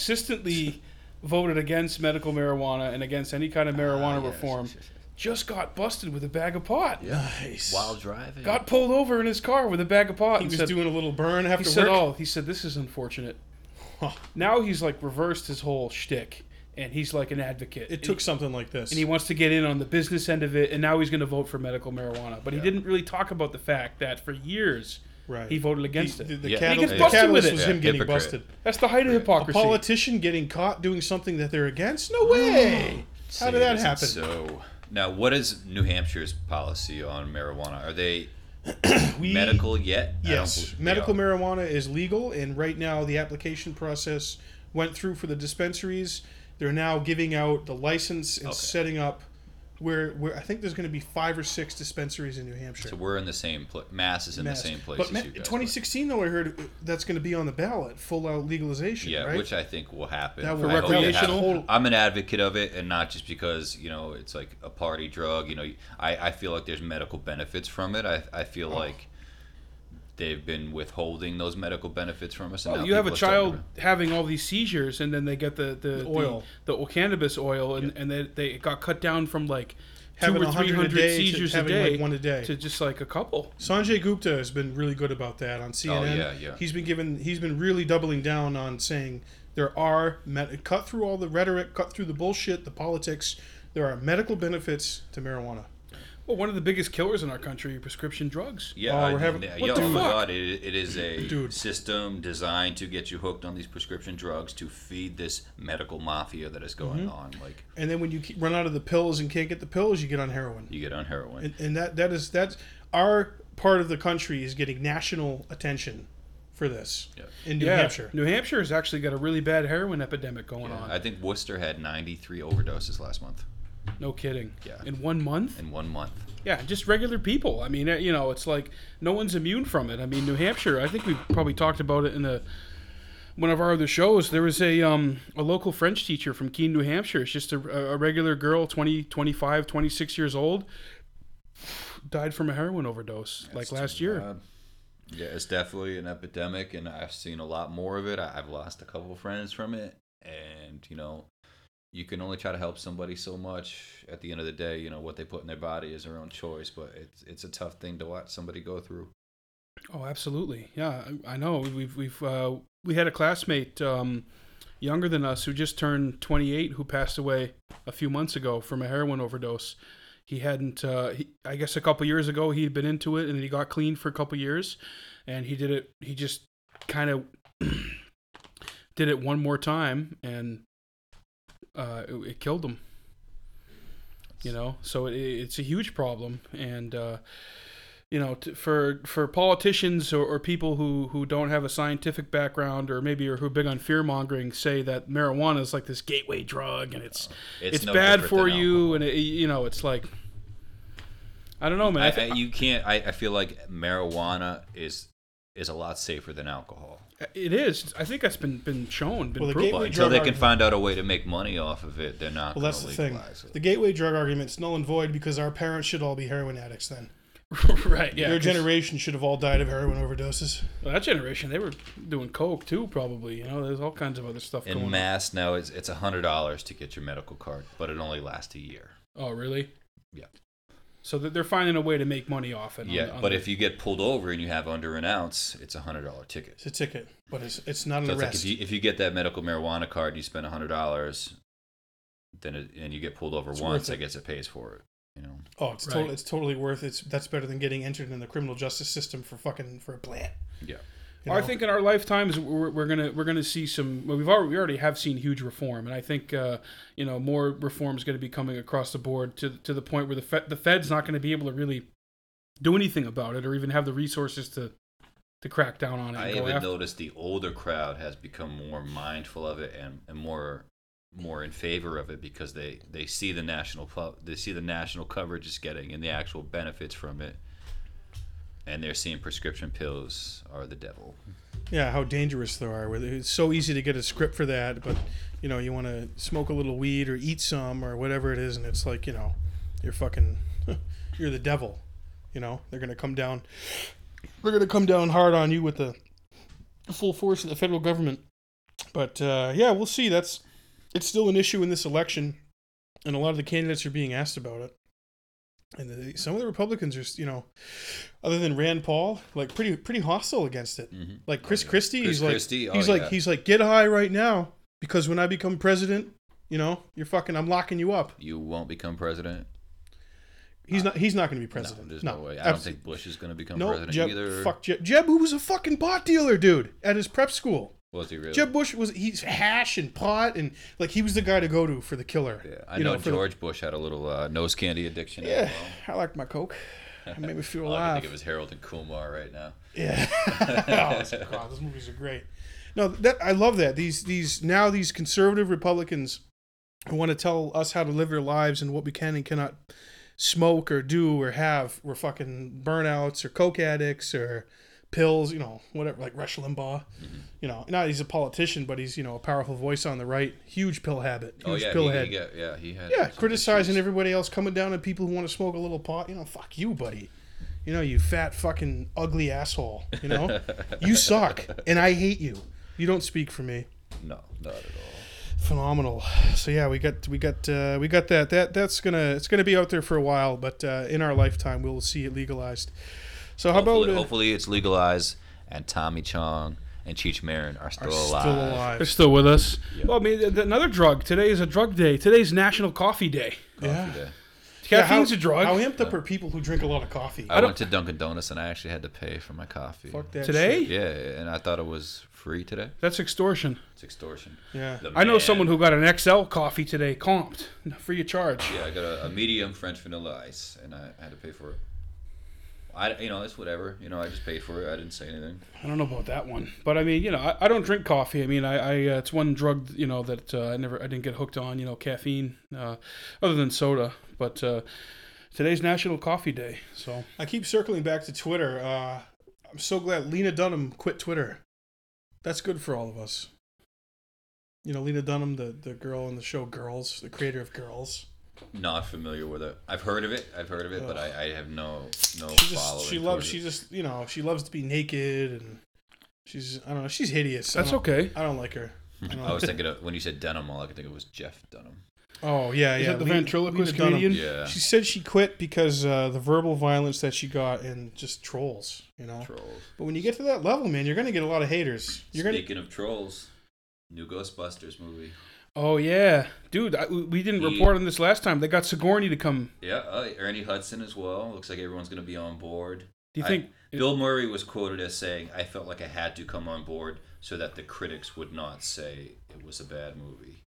S5: consistently voted against medical marijuana and against any
S4: Ah,
S5: kind of marijuana reform, just got busted with a bag of pot.
S4: Nice.
S6: While driving.
S5: Got pulled over in his car with a bag of pot.
S4: He
S5: and
S4: was
S5: said,
S4: doing a little burn after
S5: He said,
S4: work.
S5: "Oh, he said this is unfortunate." Now he's like reversed his whole shtick, and he's like an advocate.
S4: it took something like this.
S5: and he wants to get in on the business end of it, and now he's going to vote for medical marijuana. But he didn't really talk about the fact that for years
S4: right.
S5: he voted against
S4: The,
S5: it.
S4: the
S6: Yeah.
S5: He
S4: catalyst,
S5: gets busted
S4: the
S5: with
S4: catalyst
S5: it.
S4: was
S6: Yeah,
S4: him getting
S6: hypocrite.
S4: busted.
S5: That's the height of
S4: A
S5: hypocrisy.
S4: politician getting caught doing something that they're against? No way. How did that
S6: Isn't
S4: happen?
S6: So now, what is New Hampshire's policy on marijuana? Are they
S4: We-
S6: medical yet? I don't
S4: Yes,
S6: believe they
S4: medical
S6: are.
S4: marijuana is legal, and right now the application process went through for the dispensaries. They're now giving out the license and setting up where, where I think there's going to be five or six dispensaries in New Hampshire.
S6: So we're in the same place. Mass is in the same place.
S4: But
S6: as
S4: ma-
S6: you guys were.
S4: 2016, though, I heard uh, that's going to be on the ballot, full out legalization.
S6: Yeah,
S4: right?
S6: which I think will happen.
S4: That will-
S6: I hope it
S4: recreational?
S6: happens. I'm an advocate of it, and not just because you know it's like a party drug. You know, I, I feel like there's medical benefits from it. I I
S5: Oh.
S6: feel like they've been withholding those medical benefits from us. And
S5: Well,
S6: now
S5: Oh, you have a
S6: people are starting
S5: child having all these seizures, and then they get the the, the
S4: oil.
S5: the, o- cannabis oil, and, and they, they it got cut down from like
S4: Having
S5: two or
S4: 100
S5: three
S4: a
S5: hundred
S4: day to
S5: seizures a
S4: having,
S5: day,
S4: like, one a day.
S5: to just like a couple.
S4: Sanjay Gupta has been really good about that on CNN.
S6: Oh, yeah, yeah.
S4: He's been given. He's been really doubling down on saying there are med- cut through all the rhetoric, cut through the bullshit, the politics. There are medical benefits to marijuana. Well, one of the biggest killers in our country, prescription drugs.
S6: Yeah,
S5: Oh,
S6: I,
S5: we're having-
S6: yeah,
S5: what
S6: yeah,
S5: the
S6: oh my
S5: fuck?
S6: god, it, it is a
S5: Dude.
S6: system designed to get you hooked on these prescription drugs to feed this medical mafia that is going on.
S5: Mm-hmm.
S6: Like
S5: And then when you ke- run out of the pills and can't get the pills, you get on heroin.
S6: you get on heroin.
S5: and, and that that is that's our part of the country is getting national attention for this
S6: Yeah.
S5: in New
S4: Yeah,
S5: Hampshire.
S4: New Hampshire has actually got a really bad heroin epidemic going on.
S6: I think Worcester had 93 overdoses last month
S4: no kidding.
S6: Yeah.
S4: In one month.
S6: in one month.
S4: Yeah, just regular people. I mean, uh, you know, it's like no one's immune from it. I mean, New Hampshire. I think we probably talked about it in the one of our other shows. There was a um, a local French teacher from Keene, New Hampshire. It's just a, a regular girl, 20, 25, 26 years old, died from a heroin overdose like last year.
S6: Yeah, it's definitely an epidemic, and I've seen a lot more of it. I, I've lost a couple of friends from it, and you know, you can only try to help somebody so much. At the end of the day, you know what they put in their body is their own choice, but it's it's a tough thing to watch somebody go through.
S4: Oh, absolutely. Yeah, I I know. We've we've uh, we had a classmate um, younger than us who just turned 28 who passed away a few months ago from a heroin overdose. He hadn't. Uh, he, I guess a couple years ago he had been into it and he got clean for a couple years, and he did it. He just kind of did it one more time and uh, it, it killed him. You know, so it, it's a huge problem and. Uh, you know, t- for for politicians or, or people who, who don't have a scientific background or maybe are who are big on fear mongering say that marijuana is like this gateway drug and it's it's,
S6: It's no
S4: bad
S6: different
S4: for
S6: than
S4: you and it, you know it's like I don't know man I,
S6: I, I,
S4: thi-
S6: you can't. I, I feel like marijuana is is a lot safer than alcohol.
S4: it is I think that's been been shown been
S5: Well, the
S4: proven
S5: gateway-
S6: But until they can
S5: argument.
S6: find out a way to make money off of it, they're not.
S5: Well, that's the
S6: gonna
S5: thing.
S6: legalize it.
S5: The gateway drug argument's null and void because our parents should all be heroin addicts. Then
S4: right yeah
S5: their
S4: 'cause-
S5: generation should have all died of heroin overdoses.
S4: well, that generation they were doing coke too probably you know there's all kinds of other stuff
S6: In
S4: going
S6: mass now, it's it's a hundred dollars to get your medical card, but it only lasts a year.
S4: on oh really
S6: Yeah.
S4: so they're- they're finding a way to make money off it on-
S6: Yeah,
S4: on
S6: but
S4: the-
S6: if you get pulled over and you have under an ounce, it's a hundred dollar ticket.
S5: It's a ticket, but it's it's not an
S6: So it's like
S5: arrest.
S6: if you, if you get that medical marijuana card, and you spend a hundred dollars, then it, and you get pulled over
S5: It's
S6: once,
S5: worth it.
S6: I guess it pays for it. You know,
S5: oh, it's
S4: Right.
S5: total, it's totally worth. It's that's better than getting entered in the criminal justice system for fucking for a plant.
S6: yeah,
S5: you
S4: I
S5: know?
S4: think in our lifetimes we're, we're gonna we're gonna see some. Well, we've already we already have seen huge reform, and I think uh, you know more reform is going to be coming across the board to to the point where the Fed, the Fed's not going to be able to really do anything about it, or even have the resources to to crack down on it.
S6: I
S4: and go
S6: even
S4: after.
S6: noticed the older crowd has become more mindful of it and, and more more in favor of it because they they see the national pub they see the national coverage it's getting and the actual benefits from it, and they're seeing prescription pills are the devil.
S5: Yeah, how dangerous they are. Where It's so easy to get a script for that, but you know, you want to smoke a little weed or eat some or whatever it is, and it's like you know, you're fucking, you're the devil. You know, they're gonna come down. They're gonna come down hard on you with the full force of the federal government. But uh, yeah, we'll see. That's it's still an issue in this election, and a lot of the candidates are being asked about it. And the, some of the Republicans are, you know, other than Rand Paul, like pretty pretty hostile against it. Like Chris Christie,
S6: Mm-hmm. Oh, Chris
S5: he's like
S6: Christie, oh,
S5: he's like
S6: yeah.
S5: he's like get high right now because when I become president, you know, you're fucking I'm locking you up.
S6: You won't become president.
S5: He's not he's not going to be
S6: Uh, No,
S5: president.
S6: there's
S5: no,
S6: no, way. I
S5: abso-
S6: don't think Bush is going to become
S5: no,
S6: president
S5: Jeb,
S6: either.
S5: fuck Jeb. Jeb, who was a fucking pot dealer, dude, at his prep school.
S6: Was he really?
S5: Jeb Bush was he's hash and pot and like he was the guy to go to for the killer.
S6: yeah, I know,
S5: for the-
S6: George Bush had a little uh, nose candy addiction.
S5: yeah,
S6: As
S5: I
S6: well.
S5: liked my coke. It made me feel
S6: All Oh, I can think
S5: alive.
S6: of is Harold and Kumar right now.
S5: Yeah. oh, God, those movies are great. No, that I love that. These these now these conservative Republicans who want to tell us how to live our lives and what we can and cannot smoke or do or have. We're fucking burnouts or coke addicts or pills, you know, whatever, like Rush Limbaugh.
S6: Mm-hmm.
S5: You know, not he's a politician, but he's you know a powerful voice on the right. Huge pill habit. Huge
S6: Oh yeah,
S5: pill
S6: he,
S5: head.
S6: he got, yeah, he had.
S5: Yeah,
S6: some
S5: criticizing
S6: issues.
S5: everybody else coming down on people who want to smoke a little pot. You know, fuck you, buddy. You know, you fat fucking ugly asshole. You know, you suck, and I hate you. You don't speak for me.
S6: No, not at all.
S5: Phenomenal. So yeah, we got we got uh, we got that that that's gonna it's gonna be out there for a while, but uh, in our lifetime we'll see it legalized. So how
S6: hopefully,
S5: about uh,
S6: hopefully it's legalized and Tommy Chong and Cheech Marin are still,
S5: are
S6: alive.
S5: still
S4: They're
S5: alive?
S4: still with us. Well, I mean, th- th- another drug. Today is a drug day. Today's National Coffee Day.
S5: Yeah.
S6: Yeah.
S4: Can Caffeine's
S5: how,
S4: a drug.
S5: How amped up are people who drink a lot of coffee?
S6: I, went to Dunkin' Donuts and I actually had to pay for my coffee.
S5: Fuck that
S4: Today?
S5: shit.
S6: Yeah, and I thought it was free today.
S4: That's extortion.
S6: It's extortion.
S5: Yeah.
S6: The
S4: I know
S6: man-
S4: someone who got an XL coffee today, comped, free of charge.
S6: Yeah, I got a, a medium French vanilla ice, and I, I had to pay for it. I, you know, it's whatever. You know, I just paid for it. I didn't say anything.
S4: I don't know about that one, but I mean, you know, I, I don't drink coffee. I mean, I, I uh, it's one drug, you know, that uh, I never, I didn't get hooked on. You know, caffeine, uh, other than soda. But uh, today's National Coffee Day, so
S5: I keep circling back to Twitter. Uh, I'm so glad Lena Dunham quit Twitter. That's good for all of us. You know, Lena Dunham, the, the girl in the show Girls, the creator of Girls.
S6: Not familiar with it. I've heard of it. I've heard of it, but I, I have no no
S5: She just
S6: following.
S5: she loves
S6: towards
S5: she
S6: it.
S5: just you know she loves to be naked and she's I don't know she's hideous. I
S4: that's
S5: don't-
S4: okay.
S5: I don't like her. I, don't
S6: I was
S5: like-
S6: thinking of, when you said Dunham, all I could think of was Jeff Dunham.
S5: Oh yeah,
S4: Is
S5: yeah.
S4: that the
S5: Lena-
S4: ventriloquist
S5: Lena Dunham.
S4: comedian?
S6: Yeah.
S5: She said she quit because uh, the verbal violence that she got and just trolls, you know.
S6: Trolls.
S5: But when you get to that level, man, you're gonna get a lot of haters. You're gonna
S6: Speaking of trolls, new Ghostbusters movie.
S4: Oh yeah, dude, I, we didn't
S6: Yeah.
S4: report on this last time. They got Sigourney to come.
S6: Yeah, uh, Ernie Hudson as well. Looks like everyone's going to be on board.
S4: Do you
S6: I-
S4: think-
S6: Bill Murray was quoted as saying, "I felt like I had to come on board so that the critics would not say it was a bad movie."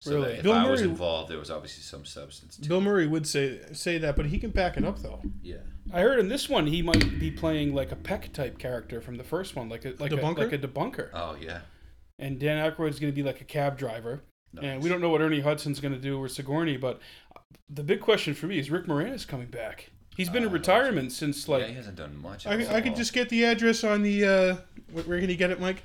S6: So
S4: Really?
S6: that if
S5: Bill
S6: I was
S5: Murray-
S6: involved, there was obviously some substance. To
S5: Bill Murray would say say that, but he can back it up though.
S6: it. Yeah.
S4: I heard in this one he might be playing like a Peck type character from the first one, like a like
S5: Debunker?
S4: a like a debunker.
S6: Oh yeah.
S4: and Dan Aykroyd's going to be like a cab driver. And
S6: Nice.
S4: we don't know what Ernie Hudson's going to do or Sigourney, but the big question for me is Rick Moranis coming back. He's been in retirement since
S6: yeah,
S4: like
S6: he hasn't done much.
S5: I,
S6: at
S5: I could
S6: all.
S5: just get the address on the uh, wh- where can you get it, Mike?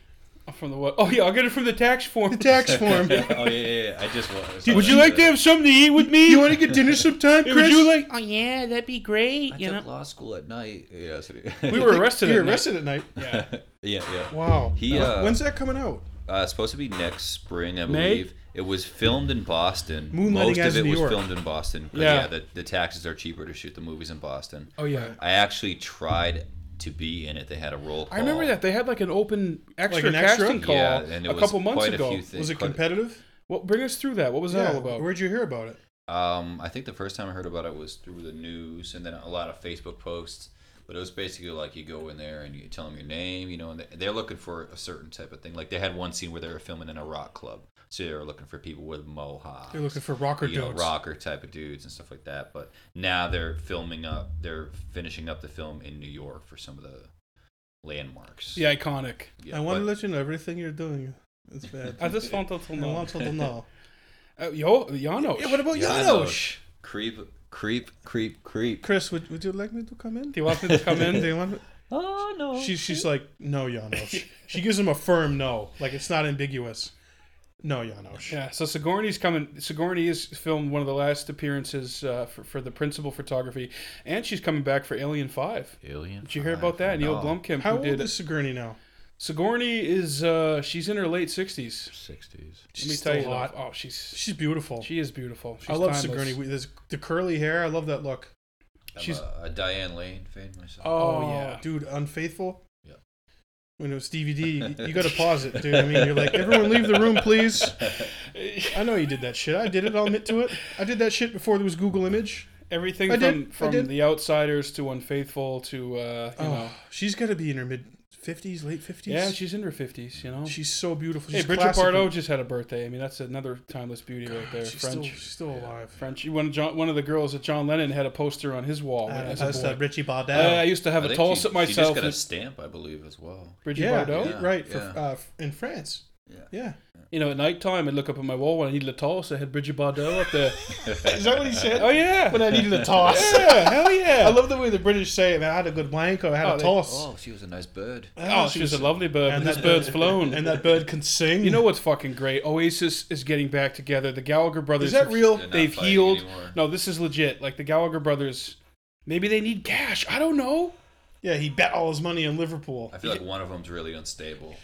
S4: from the what? Oh yeah, I'll get it from the tax form.
S5: The tax form.
S6: oh yeah, yeah, yeah. I just. wa- I saw
S4: Would
S6: that
S4: you like to
S6: today.
S4: have something to eat with me?
S5: you want to get dinner sometime, Chris?
S4: Would you like?
S10: Oh yeah, that'd be great.
S6: I
S10: you know.
S6: took law school at night. Yeah. that's what he-
S4: We were arrested.
S5: You're
S4: at night.
S5: arrested at night.
S6: yeah, yeah.
S5: Wow.
S6: He, uh,
S5: When's that coming out?
S6: Uh, it's supposed to be next spring, I
S4: May?
S6: believe. It was filmed in Boston.
S5: Moonlighting
S6: Most
S5: as
S6: of it
S5: New
S6: was
S5: York.
S6: filmed in Boston. But
S4: Yeah.
S6: yeah, the, the taxes are cheaper to shoot the movies in Boston.
S4: Oh yeah,
S6: I actually tried to be in it. They had a roll call.
S4: I remember that they had like an open extra
S5: an extra?
S4: casting call
S6: Yeah, and it
S4: a
S6: was
S4: couple months
S6: quite a
S4: ago.
S6: few things.
S5: Was it
S6: quite-
S5: competitive?
S4: Well, bring us through that. What was that all about?
S5: Where'd you hear about it?
S6: Um, I think the first time I heard about it was through the news and then a lot of Facebook posts. But it was basically like you go in there and you tell them your name, you know, and they- they're looking for a certain type of thing. Like they had one scene where they were filming in a rock club, so they were looking for people with mohawks.
S5: They're looking for rocker
S6: you know,
S5: dudes.
S6: rocker type of dudes and stuff like that. But now they're filming up, they're finishing up the film in New York for some of the landmarks.
S4: The iconic.
S6: Yeah,
S5: I want to
S6: but-
S5: let you know everything you're doing. It's bad.
S4: I just want to
S5: I
S4: know.
S5: want to know.
S4: Uh, yo, Janos.
S5: Yeah, what about Janos?
S6: Janos. creep, creep, creep, creep.
S5: Chris, would, would you like me to come in?
S4: Do you want me to come in?
S5: Do you want?
S10: oh no.
S5: She, she's like, no, Janosch. She gives him a firm no. Like, it's not ambiguous. No, Janosch.
S4: Yeah, so Sigourney's coming. Sigourney is filmed one of the last appearances uh, for, for the principal photography, and she's coming back for Alien Five.
S6: Alien.
S4: Did you hear about that? Neil Blumkin,
S5: How
S4: who
S5: old
S4: did
S5: is Sigourney now?
S4: Sigourney, is uh, she's in her late sixties.
S6: Sixties.
S5: She's
S4: Let me
S5: still
S4: tell you,
S5: hot.
S4: though. oh, she's
S5: She's beautiful.
S4: she is beautiful. She's
S5: I love
S4: timeless.
S5: Sigourney. We- this- the curly hair. I love that look.
S4: She's-
S6: She's a, a Diane Lane fan myself.
S4: Oh, yeah,
S5: dude, unfaithful.
S6: Yeah.
S5: When it was DVD, you, you got to pause it, dude. I mean, you're like, everyone leave the room, please. I know you did that shit. I did it. I'll admit to it. I did that shit before there was Google Image.
S4: everything
S5: I
S4: from
S5: did, I
S4: from
S5: did.
S4: the Outsiders to Unfaithful to uh, you
S5: Oh,
S4: know.
S5: she's got to be in her mid fifties, late fifties.
S4: Yeah, she's in her fifties. You know.
S5: she's so beautiful.
S4: hey,
S5: She's
S4: Bridget
S5: classical.
S4: Bardot just had a birthday. I mean, that's another timeless beauty right there.
S5: She's still,
S4: French.
S5: she's still alive.
S4: French. One of, John, one of the girls at John Lennon had a poster on his wall.
S5: Uh,
S4: as a
S5: that's
S4: boy.
S5: that Richie Bardot.
S4: I, I used to have a toss
S6: she,
S4: at
S6: She just
S4: myself.
S6: got a
S4: and
S6: stamp, I believe, as well.
S4: Bridget
S5: yeah,
S4: Bardot.
S5: yeah, right for,
S6: yeah.
S5: uh, in France.
S6: Yeah.
S5: Yeah,
S4: You know, at nighttime, I'd look up at my wall when I needed a toss. I had Bridget Bardot up there.
S5: is that what he said?
S4: oh yeah,
S5: When I needed a toss.
S4: yeah, hell yeah.
S5: I love the way the British say, "Man, I had a good wank or I had
S4: Oh,
S5: a
S4: they-
S5: toss."
S6: Oh, she was a nice bird.
S4: oh, she was a lovely bird.
S5: and
S4: And this
S5: that-
S4: bird's flown.
S5: and that bird can sing.
S4: you know what's fucking great? Oasis is getting back together. The Gallagher brothers.
S5: that
S4: have-
S5: real?
S6: They're not
S4: They've
S6: fighting
S4: healed.
S6: anymore.
S4: No, this is legit. Like the Gallagher brothers. Maybe they need cash. I don't know.
S5: Yeah, he bet all his money in Liverpool.
S6: I feel like one of them's really unstable.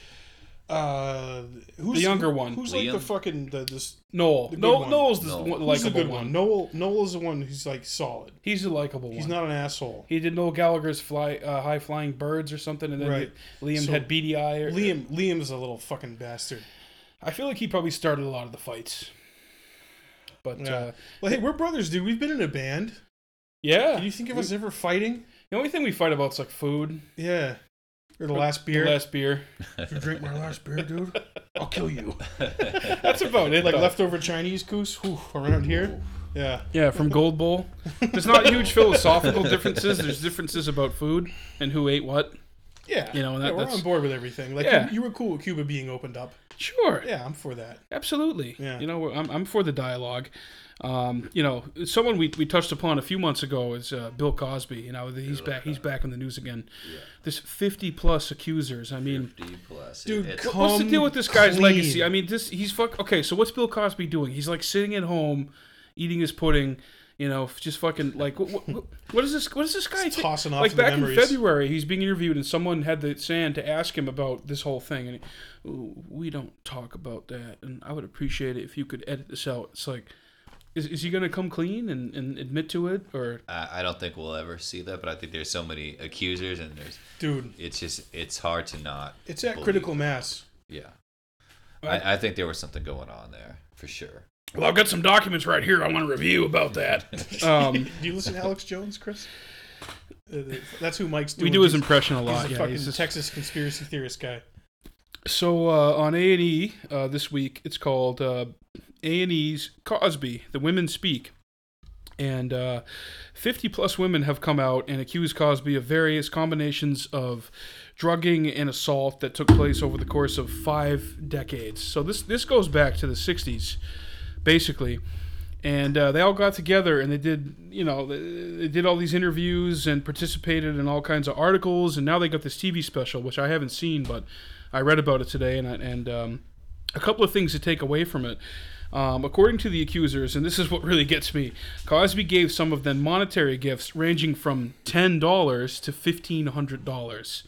S5: Uh, who's
S4: The younger
S5: who-
S4: one.
S5: Who's
S6: Liam?
S5: like the fucking the this?
S4: Noel.
S5: good
S4: Noel.
S5: one.
S4: Noel's the
S6: Noel.
S4: one- the
S5: Who's the
S4: likable
S5: good
S4: one.
S5: one? Noel. Noel is the one who's like solid.
S4: He's the likable one.
S5: He's not an asshole.
S4: He did Noel Gallagher's fly uh, high flying birds or something, and then
S5: Right.
S4: Liam
S5: So,
S4: had beady eye. Or,
S5: Liam. Liam's a little fucking bastard.
S4: I feel like he probably started a lot of the fights. But yeah,
S5: Yeah.
S4: uh,
S5: Well, hey, we're brothers, dude. We've been in a band.
S4: yeah.
S5: Do you think of us ever fighting?
S4: the only thing we fight about is like food,
S5: Yeah. Or the last beer.
S4: the last beer.
S5: If you drink my last beer, dude, I'll kill you.
S4: That's about it.
S5: like
S4: though.
S5: leftover Chinese goose whew, around here. Yeah.
S4: Yeah, from Gold Bowl. There's not huge philosophical differences. There's differences about food and who ate what.
S5: Yeah.
S4: You know, and
S5: Yeah,
S4: that-
S5: we're
S4: that's-
S5: on board with everything. Like,
S4: Yeah.
S5: you, you were cool with Cuba being opened up.
S4: Sure.
S5: Yeah, I'm for that.
S4: Absolutely.
S5: Yeah.
S4: You know, I'm, I'm for the dialogue. Um, you know, someone we, we touched upon a few months ago is uh, Bill Cosby. You know, he's back. He's back in the news again. This 50 plus accusers. I mean,
S6: D plus.
S5: Dude,
S6: It's-
S5: come
S4: what's the deal with this guy's
S5: clean.
S4: legacy? I mean, this he's fuck. Okay, so what's Bill Cosby doing? He's like sitting at home, eating his pudding. You know, just fucking like what? What, what is this? What is this guy
S5: Just
S4: thi-
S5: tossing off
S4: Like
S5: the
S4: back
S5: memories.
S4: in February, he's being interviewed, and someone had the sand to ask him about this whole thing, and he, "Ooh, we don't talk about that. And I would appreciate it if you could edit this out. It's like, is, is he gonna come clean and, and admit to it, or
S11: I, I don't think we'll ever see that, but I think there's so many accusers, and there's
S5: Dude,
S11: it's just it's hard to not.
S5: it's at
S11: believe
S5: critical
S11: it.
S5: mass.
S11: Yeah, I, I think there was something going on there for sure.
S4: well, I've got some documents right here I want to review about that. Um,
S5: Do you listen to Alex Jones, Chris? Uh, that's who Mike's doing.
S4: we do his
S5: He's-
S4: impression a lot.
S5: He's a
S4: yeah,
S5: fucking
S4: he's just-
S5: Texas conspiracy theorist guy.
S4: So uh, on A and E uh, this week, it's called uh, A and E's Cosby: The Women Speak, and uh, fifty plus women have come out and accused Cosby of various combinations of drugging and assault that took place over the course of five decades. So this this goes back to the '60s, basically and uh, they all got together and they did you know they- they did all these interviews and participated in all kinds of articles and now they got this tv special which i haven't seen but i read about it today and, I, and um, a couple of things to take away from it um, according to the accusers and this is what really gets me cosby gave some of them monetary gifts ranging from $10 to $1500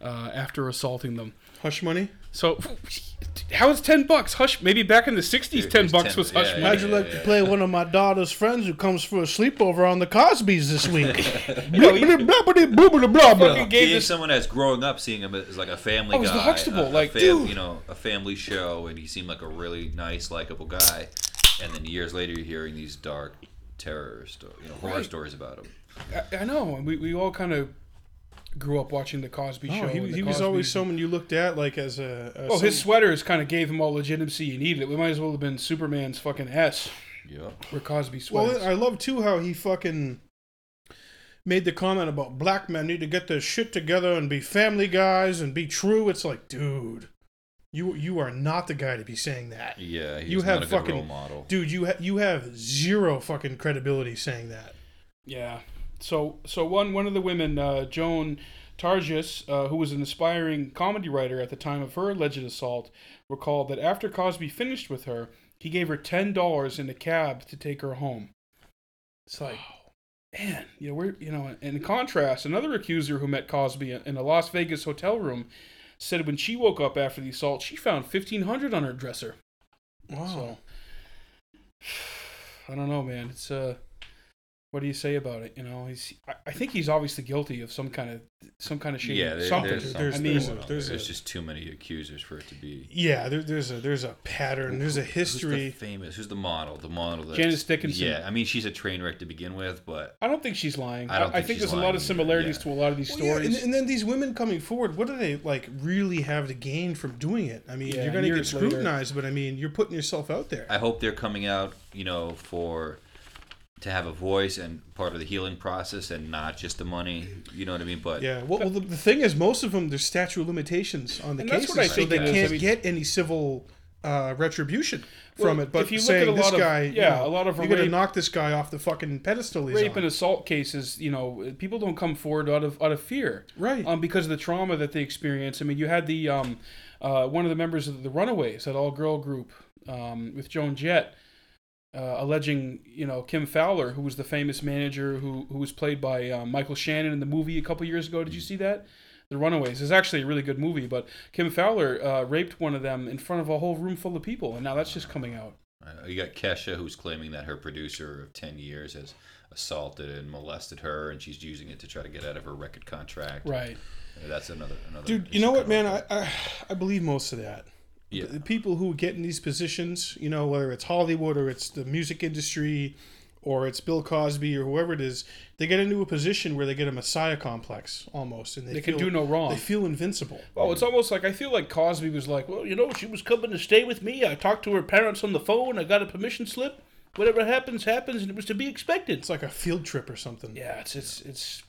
S4: uh, after assaulting them
S5: Hush money.
S4: so how is 10 bucks hush maybe back in the 60s 10
S6: was
S4: bucks
S6: 10
S4: was hush
S6: yeah,
S4: money.
S5: How'd you like to play one of my daughter's friends who comes for a sleepover on the Cosbys this week? blah, blah, blah, blah, blah, blah, blah, blah.
S4: Fucking gave
S6: Being
S4: this
S6: someone that's growing up, seeing him as like a family
S4: Oh, he's
S6: guy,
S4: the Huxtable,
S6: a- a
S4: like,
S6: fam-
S4: dude.
S6: you know, a family show, and he seemed like a really nice, likable guy. And then years later, you're hearing these dark terror, sto- you know, horror stories about him.
S4: I know, and we, we all kind of grew up watching the Cosby Show.
S5: No, Oh, he,
S4: and
S5: he
S4: the
S5: was
S4: Cosby-
S5: always someone you looked at like as a. a
S4: Oh, his
S5: some-
S4: sweaters kind of gave him all legitimacy he needed. It might as well have been Superman's fucking S
S6: Yeah.
S4: or Cosby sweaters.
S5: Well, I love too how he fucking made the comment about black men need to get their shit together and be family guys and be true. It's like, dude, you you are not the guy to be saying that.
S6: Yeah, he's
S5: you have
S6: not a good
S5: fucking
S6: role model.
S5: dude. You ha- you have zero fucking credibility saying that.
S4: Yeah. So so one one of the women, uh, Joan Targis, uh, who was an aspiring comedy writer at the time of her alleged assault, recalled that after Cosby finished with her, he gave her ten dollars in a cab to take her home. It's like. Man, you know, we're, you know, in contrast, another accuser who met Cosby in a Las Vegas hotel room said when she woke up after the assault, she found 1500 on her dresser.
S5: Wow.
S4: I don't know, man. It's uh, what do you say about it? You know, he's. I, I think he's obviously guilty of some kind of some kind of shit.
S6: Yeah, there-
S4: something.
S6: there's something
S4: I
S5: There's-
S4: mean,
S5: there's
S6: going on there.
S5: there's a-
S6: There's just too many accusers for it to be.
S5: yeah, there, there's a there's a pattern. There's a
S6: Who- who's the
S5: history.
S6: famous. Who's the model? The model. That's,
S4: Janice Dickinson.
S6: Yeah, I mean, she's a train wreck to begin with, but
S4: I don't think she's lying. I,
S6: I don't
S4: I
S6: think
S4: think
S6: she's
S4: there's a lot of
S6: lying either,
S4: similarities
S6: yeah.
S4: to a lot of these
S5: Well, yeah,
S4: stories.
S5: and, and then these women coming forward, what do they like really have to gain from doing it? I mean,
S4: Yeah,
S5: you're going to get
S4: years later.
S5: scrutinized, but I mean, you're putting yourself out there.
S6: I hope they're coming out, you know, for to have a voice and part of the healing process and not just the money. You know what I mean? But
S5: Yeah. Well, well the, the thing is, most of them there's statute of limitations on the
S4: And that's
S5: cases,
S4: what I think
S5: so
S4: it
S5: they
S4: is.
S5: can't
S4: I mean-
S5: get any civil uh, retribution
S4: Well,
S5: from it. But
S4: if you look
S5: saying
S4: at a
S5: this
S4: lot of-
S5: guy,
S4: yeah,
S5: you know,
S4: a lot of
S5: you're going to
S4: rape-
S5: knock this guy off the fucking pedestal. He's
S4: Rape
S5: on.
S4: and assault cases, you know, people don't come forward out of out of fear,
S5: Right.
S4: Um, because of the trauma that they experience. I mean, you had the um, uh, one of the members of the Runaways, that all girl group, um, with Joan Jett, uh, alleging you know Kim Fowler, who was the famous manager who who was played by um, Michael Shannon in the movie a couple years ago. Did you see that? The Runaways is actually a really good movie, but Kim Fowler uh, raped one of them in front of a whole room full of people, and now that's just coming out.
S6: uh, you got Kesha who's claiming that her producer of ten years has assaulted and molested her, and she's using it to try to get out of her record contract.
S4: Right.
S6: That's another another.
S5: dude, you
S6: issue
S5: know what,
S6: coming
S5: man? I,
S6: up.
S5: I I believe most of that.
S6: Yeah.
S5: the people who get in these positions, you know, whether it's Hollywood or it's the music industry or it's Bill Cosby or whoever it is, they get into a position where they get a messiah complex almost, and they,
S4: They can
S5: feel-
S4: do no wrong.
S5: They feel invincible.
S12: Well, it's almost like I feel like Cosby was like, well, you know, she was coming to stay with me. I talked to her parents on the phone. I got a permission slip. Whatever happens, happens, and it was to be expected.
S5: It's like a field trip or something.
S4: Yeah, it's it's it's.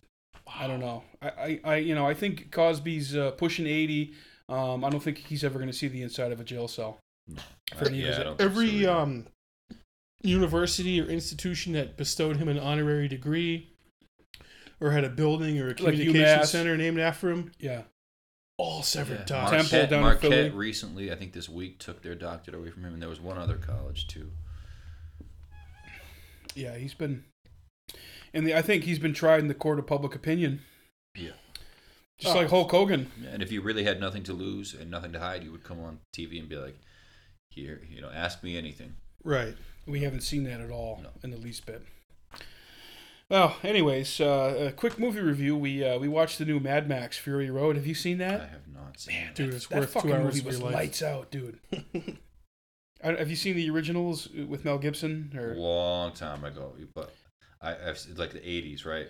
S4: I don't know. I, I, I you know I think Cosby's uh, pushing eighty. Um, I don't think he's ever going to see the inside of a jail cell.
S6: I- yeah, I don't think so
S5: Every
S6: either.
S5: um, university or institution that bestowed him an honorary degree or had a building or a communication
S4: UMass.
S5: center named after him,
S4: Yeah,
S5: all severed
S6: Yeah,
S5: ties.
S4: Temple
S6: Marquette,
S4: down in Philly.
S6: Marquette recently, I think this week, took their doctorate away from him, and there was one other college too.
S4: yeah, he's been. And the, I think he's been tried in the court of public opinion,
S6: Yeah.
S4: just
S5: Oh.
S4: like Hulk Hogan.
S6: And if you really had nothing to lose and nothing to hide, you would come on TV and be like, "Here, you know, ask me anything."
S5: Right.
S4: We haven't seen that at all
S6: No.
S4: in the least bit. Well, anyways, uh, a quick movie review. We uh, we watched the new Mad Max Fury Road. Have you seen
S6: I
S4: that?
S6: have not seen. it.
S5: Dude, it's
S4: that
S5: worth
S4: fucking
S5: two hours
S4: movie
S5: of
S4: was
S5: your life.
S4: lights out, dude. I, have you seen the originals with Mel Gibson or
S6: long time ago, but I, I've s- like the '80s, right?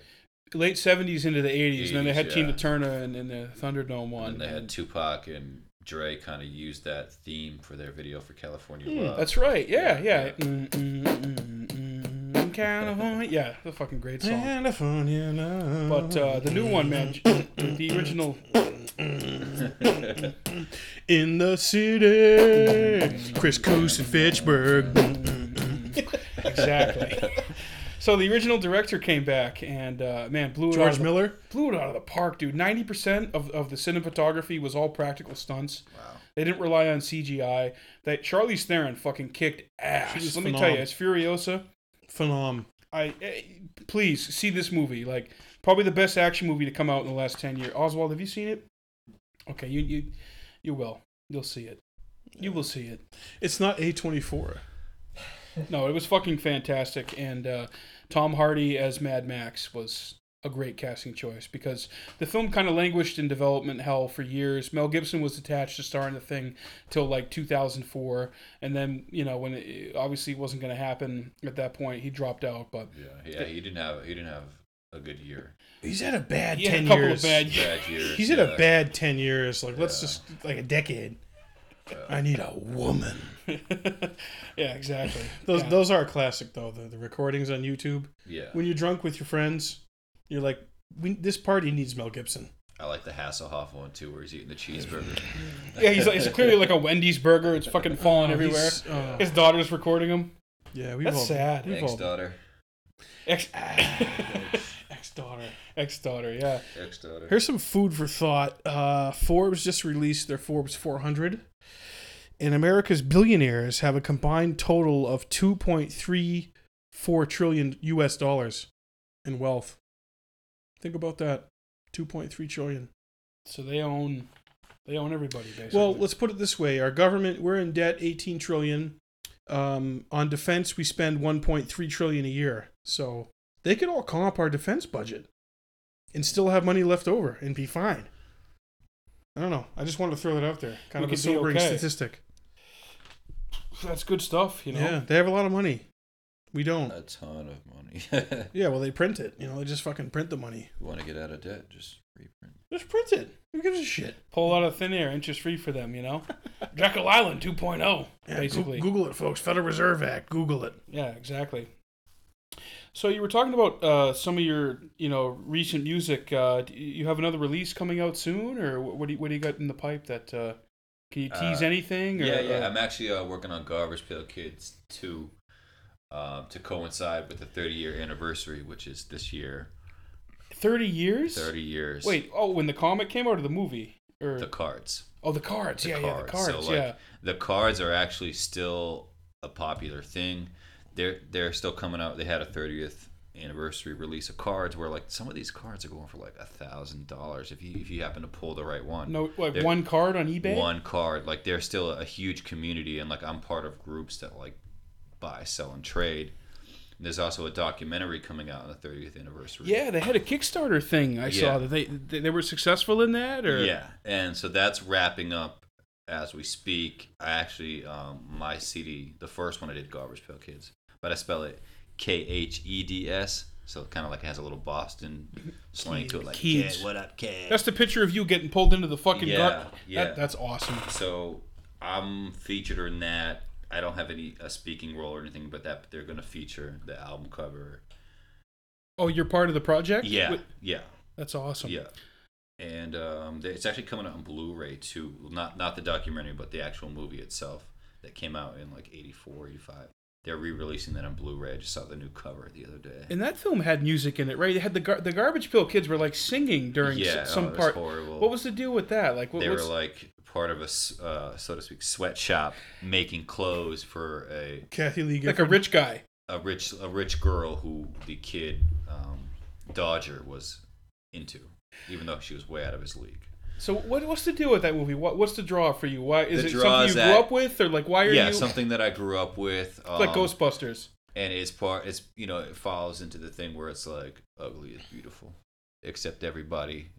S4: late seventies into the eighties? And then they had
S6: 80s,
S4: Tina
S6: yeah.
S4: Turner and, and the Thunderdome one.
S6: And they had Tupac and Dre kind of used that theme for their video for California
S4: Mm,
S6: Love.
S4: that's right. Yeah, yeah.
S6: Yeah.
S4: Mm, mm, mm, mm, mm, California. Yeah, the fucking great song.
S5: California love.
S4: But uh, the new one, man, the original.
S5: in the city,
S4: Mm.
S5: Chris Coos in Fitchburg.
S4: Exactly. so the original director came back and uh, man blew it out
S5: George
S4: of the-
S5: Miller.
S4: blew it out of the park, dude. Ninety percent of, of the cinematography was all practical stunts. Wow. They didn't rely on CGI. That Charlize Theron fucking kicked ass.
S5: She was
S4: Let me tell you,
S5: phenomenal.
S4: it's Furiosa.
S5: Phenom.
S4: I eh, please see this movie. Like probably the best action movie to come out in the last ten years. Oswald, have you seen it? Okay, you you you will. You'll see it. You will see it.
S5: It's not A24.
S4: No, it was fucking fantastic, and uh, Tom Hardy as Mad Max was a great casting choice because the film kind of languished in development hell for years. Mel Gibson was attached to starring the thing till like 2004, and then you know when it obviously wasn't going to happen at that point, he dropped out. But
S6: yeah, yeah. He didn't have he didn't have a good year.
S5: He's had a bad
S4: he had
S5: 10
S4: a couple
S5: years.
S4: of bad years.
S6: Bad year.
S5: He's had a bad 10 years. Like, let's just, like a decade. I need a woman.
S4: yeah, exactly.
S5: Those,
S4: Yeah.
S5: those are classic, though. The, the recordings on YouTube.
S6: Yeah.
S5: When you're drunk with your friends, you're like, we, this party needs Mel Gibson.
S6: I like the Hasselhoff one too, where he's eating the cheeseburger.
S4: yeah, he's like, it's clearly like a Wendy's burger. It's fucking falling everywhere.
S5: He's- oh,
S4: His daughter's recording him.
S5: yeah, we've
S4: That's
S5: all,
S4: sad.
S5: We've
S6: Ex
S5: all,
S6: daughter.
S4: Ex
S5: Ah, ex-daughter.
S4: ex daughter. Yeah.
S6: Ex daughter.
S5: Here's some food for thought. Uh, Forbes just released their Forbes 400, and America's billionaires have a combined total of 2.34 trillion U.S. dollars in wealth. Think about that, 2.3 trillion.
S4: So they own they own everybody basically.
S5: Well, let's put it this way: our government, we're in debt 18 trillion. Um, on defense, we spend 1.3 trillion a year. So they could all call up our defense budget and still have money left over and be fine. I don't know. I just wanted to throw that out there. Kind of
S4: We could
S5: a
S4: be
S5: sobering
S4: okay.
S5: statistic.
S4: that's good stuff, you know. Uh,
S5: Yeah, they have a lot of money. We don't.
S6: A ton of money.
S5: yeah, well, they print it. You know, they just fucking print the money.
S6: you want to get out of debt? Just reprint.
S5: Just print it. Who gives a shit?
S4: Pull out of thin air, interest free for them, you know. Jekyll Island 2.0,
S5: Yeah, Goo-
S4: basically.
S5: Google it, folks. Federal Reserve Act. Google it.
S4: Yeah, exactly. So you were talking about uh, some of your, you know, recent music. Uh, do you have another release coming out soon, or wh- what do you, what do you got in the pipe that? Uh, can you tease
S6: Uh,
S4: anything? Or,
S6: Yeah, yeah.
S4: or-
S6: I'm actually uh, working on Garbage Pail Kids 2 um, to coincide with the 30 year anniversary, which is this year.
S4: Thirty years.
S6: 30 years.
S4: Wait. Oh, when the comic came out or the movie? Or
S6: The cards.
S4: oh, the cards.
S6: The
S4: yeah, yeah, the cards.
S6: So, like,
S4: yeah.
S6: The cards are actually still a popular thing. They're they're still coming out. They had a 30th anniversary release of cards where like some of these cards are going for like a thousand dollars if you if you happen to pull the right one.
S4: No, like
S6: They're-
S4: one card on eBay.
S6: one card. Like there's still a huge community, and like I'm part of groups that like buy, sell, and trade. And there's also a documentary coming out on the 30th anniversary.
S4: Yeah, they had a Kickstarter thing. I
S6: Yeah.
S4: saw that they, they they were successful in that. Or
S6: yeah, and so that's wrapping up as we speak. I actually, um, my CD, the first one I did, Garbage Pail Kids, but I spell it K H E D S. So kind of like it has a little Boston slang to it, like
S4: Kids.
S6: "Yeah, what up, kid?
S4: That's the picture of you getting pulled into the fucking
S6: yeah,
S4: gut.
S6: Yeah,
S4: That, that's awesome.
S6: So I'm featured in that. I don't have any a speaking role or anything, but that they're gonna feature the album cover.
S4: Oh, you're part of the project?
S6: Yeah,
S4: Wait,
S6: yeah,
S4: That's awesome.
S6: yeah. And um, they- it's actually coming out on Blu-ray too. Not not the documentary, but the actual movie itself that came out in like 84, 85. They're re-releasing that on Blu-ray. I just saw the new cover the other day.
S4: And that film had music in it, right? It had the gar- the Garbage Pail Kids were like singing during s-
S6: Yeah, oh,
S4: some
S6: it was
S4: part.
S6: horrible.
S4: What was the deal with that? Like, what,
S6: they were
S4: what's,
S6: like part of a s- uh, so to speak sweatshop making clothes for a
S5: Kathy Lee
S4: like a rich guy.
S6: a rich a rich girl who the kid um, Dodger was into, even though she was way out of his league.
S4: So what, what's the deal with that movie? What, what's the draw for you? Why is
S6: The
S4: it
S6: draw
S4: something
S6: is
S4: you
S6: that-
S4: grew up with, or like why are
S6: yeah,
S4: you
S6: something that I grew up with. Um,
S4: like Ghostbusters?
S6: and it's part. It's you know it follows into the thing where it's like ugly is beautiful, except everybody.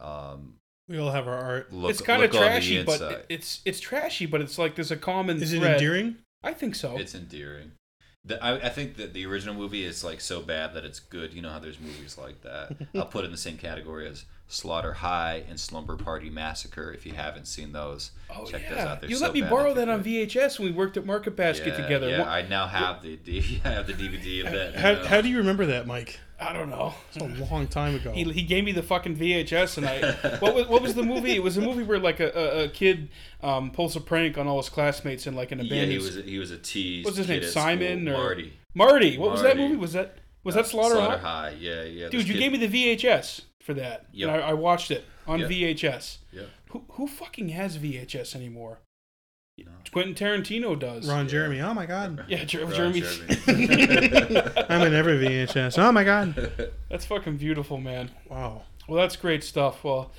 S6: Um,
S5: We all have our art.
S6: look,
S4: it's kind of
S6: look on the
S4: trashy, but
S6: inside.
S4: it- it's it's trashy, but it's like there's a common
S5: Is it
S4: thread.
S5: endearing?
S4: I think so.
S6: It's endearing. The, I, I think that the original movie is like so bad that it's good. You know how there's movies like that. I'll put it in the same category as Slaughter High and Slumber Party Massacre. If you haven't seen those,
S4: oh
S6: check
S4: yeah,
S6: those out. They're
S4: you
S6: so
S4: let me
S6: bad
S4: borrow
S6: they're
S4: that on
S6: good.
S4: VHS when we worked at Market Basket
S6: yeah,
S4: together.
S6: Yeah,
S4: What-
S6: I now have the D- I have the DVD of that.
S5: How,
S6: now.
S5: how do you remember that, Mike?
S4: I don't know.
S5: It's a long time ago.
S4: He, he gave me the fucking VHS, and I what was what was the movie? It was a movie where like a, a, a kid um, pulls a prank on all his classmates in like an
S6: yeah,
S4: abandoned.
S6: he was he was a tease.
S4: what's his
S6: kid
S4: name?
S6: at school,
S4: Simon or
S6: Marty?
S4: Marty. What was that
S6: Marty.
S4: movie? Was that was
S6: Uh,
S4: that Slaughter? High?
S6: High? Yeah, yeah.
S4: Dude, you gave me the VHS for that.
S6: Yep.
S4: And I, I watched it on
S6: Yep.
S4: VHS.
S6: Yeah.
S4: Who who fucking has VHS anymore?
S6: No.
S4: Quentin Tarantino does.
S5: Ron Jeremy. Oh my God.
S4: Yeah, Jer-
S6: Ron
S4: Jeremy.
S5: I'm in every VHS. Oh my God.
S4: That's fucking beautiful, man.
S5: Wow.
S4: Well, that's great stuff. Well,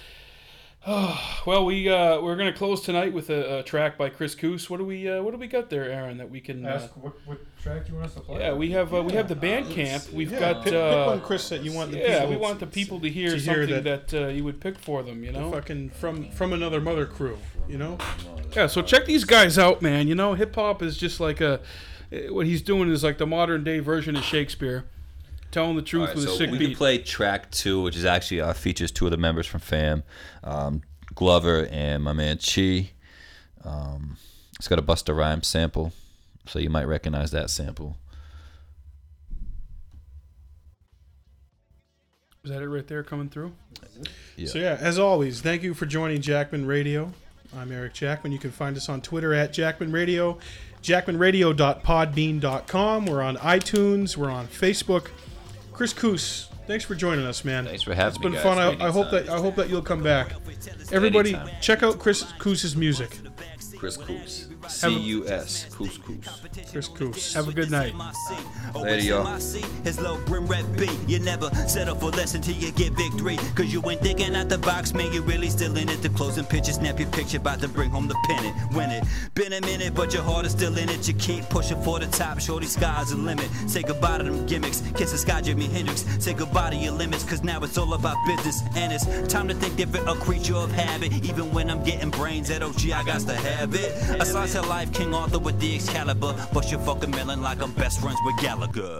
S4: well, we uh, we're gonna close tonight with a, a track by Chris Coos. What do we uh, what do we got there, Aaron? That we can. Uh,
S13: Ask what, what track do you want us to play?
S4: yeah, we have uh, we have the band camp. We've got.
S5: Pick, pick
S4: Uh,
S5: one, Chris, that you want the
S4: yeah,
S5: people.
S4: we want the people to hear
S5: to hear
S4: something that, uh, you would pick for them. You know.
S5: fucking from from another mother crew. You know.
S4: Yeah, so check these guys out, man. You know, hip hop is just like a eh, what he's doing is like the modern day version of Shakespeare, telling the truth
S6: All right,
S4: with
S6: so
S4: a sick
S6: we
S4: beat.
S6: can play track two, which is actually uh, features two of the members from Fam, um, Glover and my man Chi. Um, it's got a Busta Rhymes sample, so you might recognize that sample.
S4: is that it right there coming through?
S5: So yeah, as always, thank you for joining Jackman Radio. I'm Eric Jackman. You can find us on Twitter at Jackman Radio, jackmanradio.podbean.com. We're on iTunes. We're on Facebook. Chris Coos, thanks for joining us, man.
S6: Thanks for having
S5: It's
S6: me,
S5: been
S6: guys.
S5: fun. I,
S6: Anytime.
S5: I hope that I hope that you'll come back. Everybody,
S6: Anytime.
S5: check out Chris Coos's music.
S6: Chris Coos, C U S, Coos Coos.
S5: Chris Coos.
S4: Have a good night.
S6: Later, y'all.
S14: His low brim rep B. You never settle for less until you get victory. Cause you ain't thinking out the box, man. You're really still in it. The closing picture, snap your picture, about to bring home the pennant. Win it. Been a minute, but your heart is still in it. You keep pushing for the top. Shorty sky's the limit. Say goodbye to them gimmicks. Kiss the sky, Jimi Hendrix. Say goodbye to your limits. Cause now it's all about business. And it's time to think different, a creature of habit. Even when I'm getting brains at OG, I got to have it. A slice of life, King Arthur with the Excalibur. Bust your fucking melon like I'm best friends with Gallagher.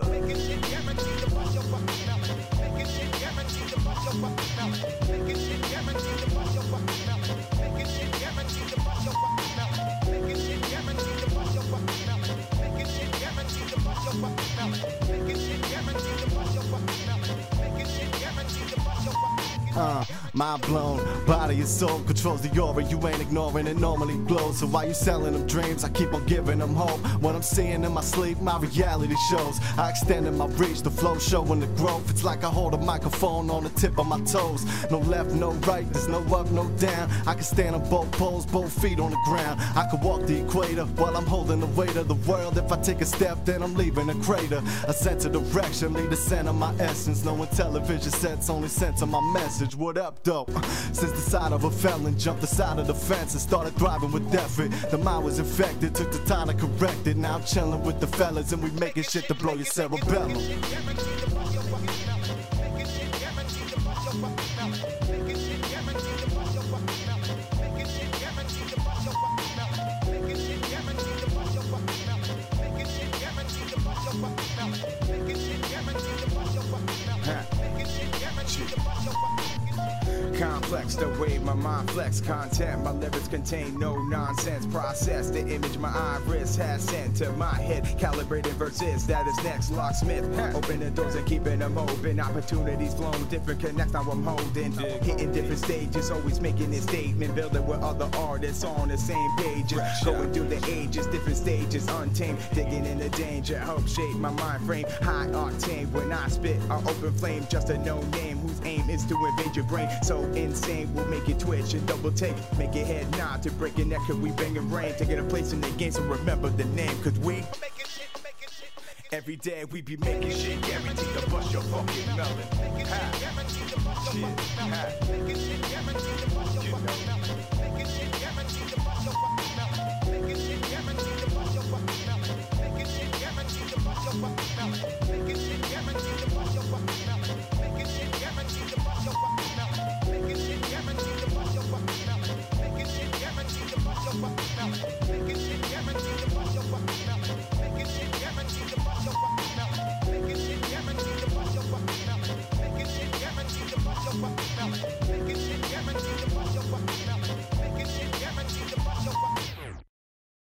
S15: Uh, mind blown, body and soul controls the aura. You ain't ignoring it normally glows. So while you selling them dreams, I keep on giving them hope. What I'm seeing in my sleep, my reality shows. I extended my reach, the flow showing the growth. It's like I hold a microphone on the tip of my toes. No left, no right, there's no up, no down. I can stand on both poles, both feet on the ground. I could walk the equator while I'm holding the weight of the world. If I take a step, then I'm leaving a crater. A sense of direction, lead the center of my essence. No television sets only sense of my message. What up, though? Since the side of a felon jumped the side of the fence and started thriving with effort. The mind was infected, took the time to correct it. Now I'm chilling with the fellas and we making shit to blow your cerebellum.
S16: Complex, the way my mind flex content. My lyrics contain no nonsense process. The image my iris has sent to my head. Calibrated verses, that is next. Locksmith, opening doors and keeping them open. Opportunities flown, different connects. Now I'm holding. Hitting different stages, always making a statement. Building with other artists on the same pages. Going through the ages, different stages, untamed. Digging in the danger, help shape my mind frame. High octane, when I spit, I open flame. Just a no name whose aim is to invade your brain. So insane, we'll make it twitch and double take. Make your head nod to break your neck, cause we banging rain. Taking a place in the game, so remember the name, cause we. Every day we be making shit, guaranteed to bust your fucking melon. Ha. Shit. Ha.
S17: Melon.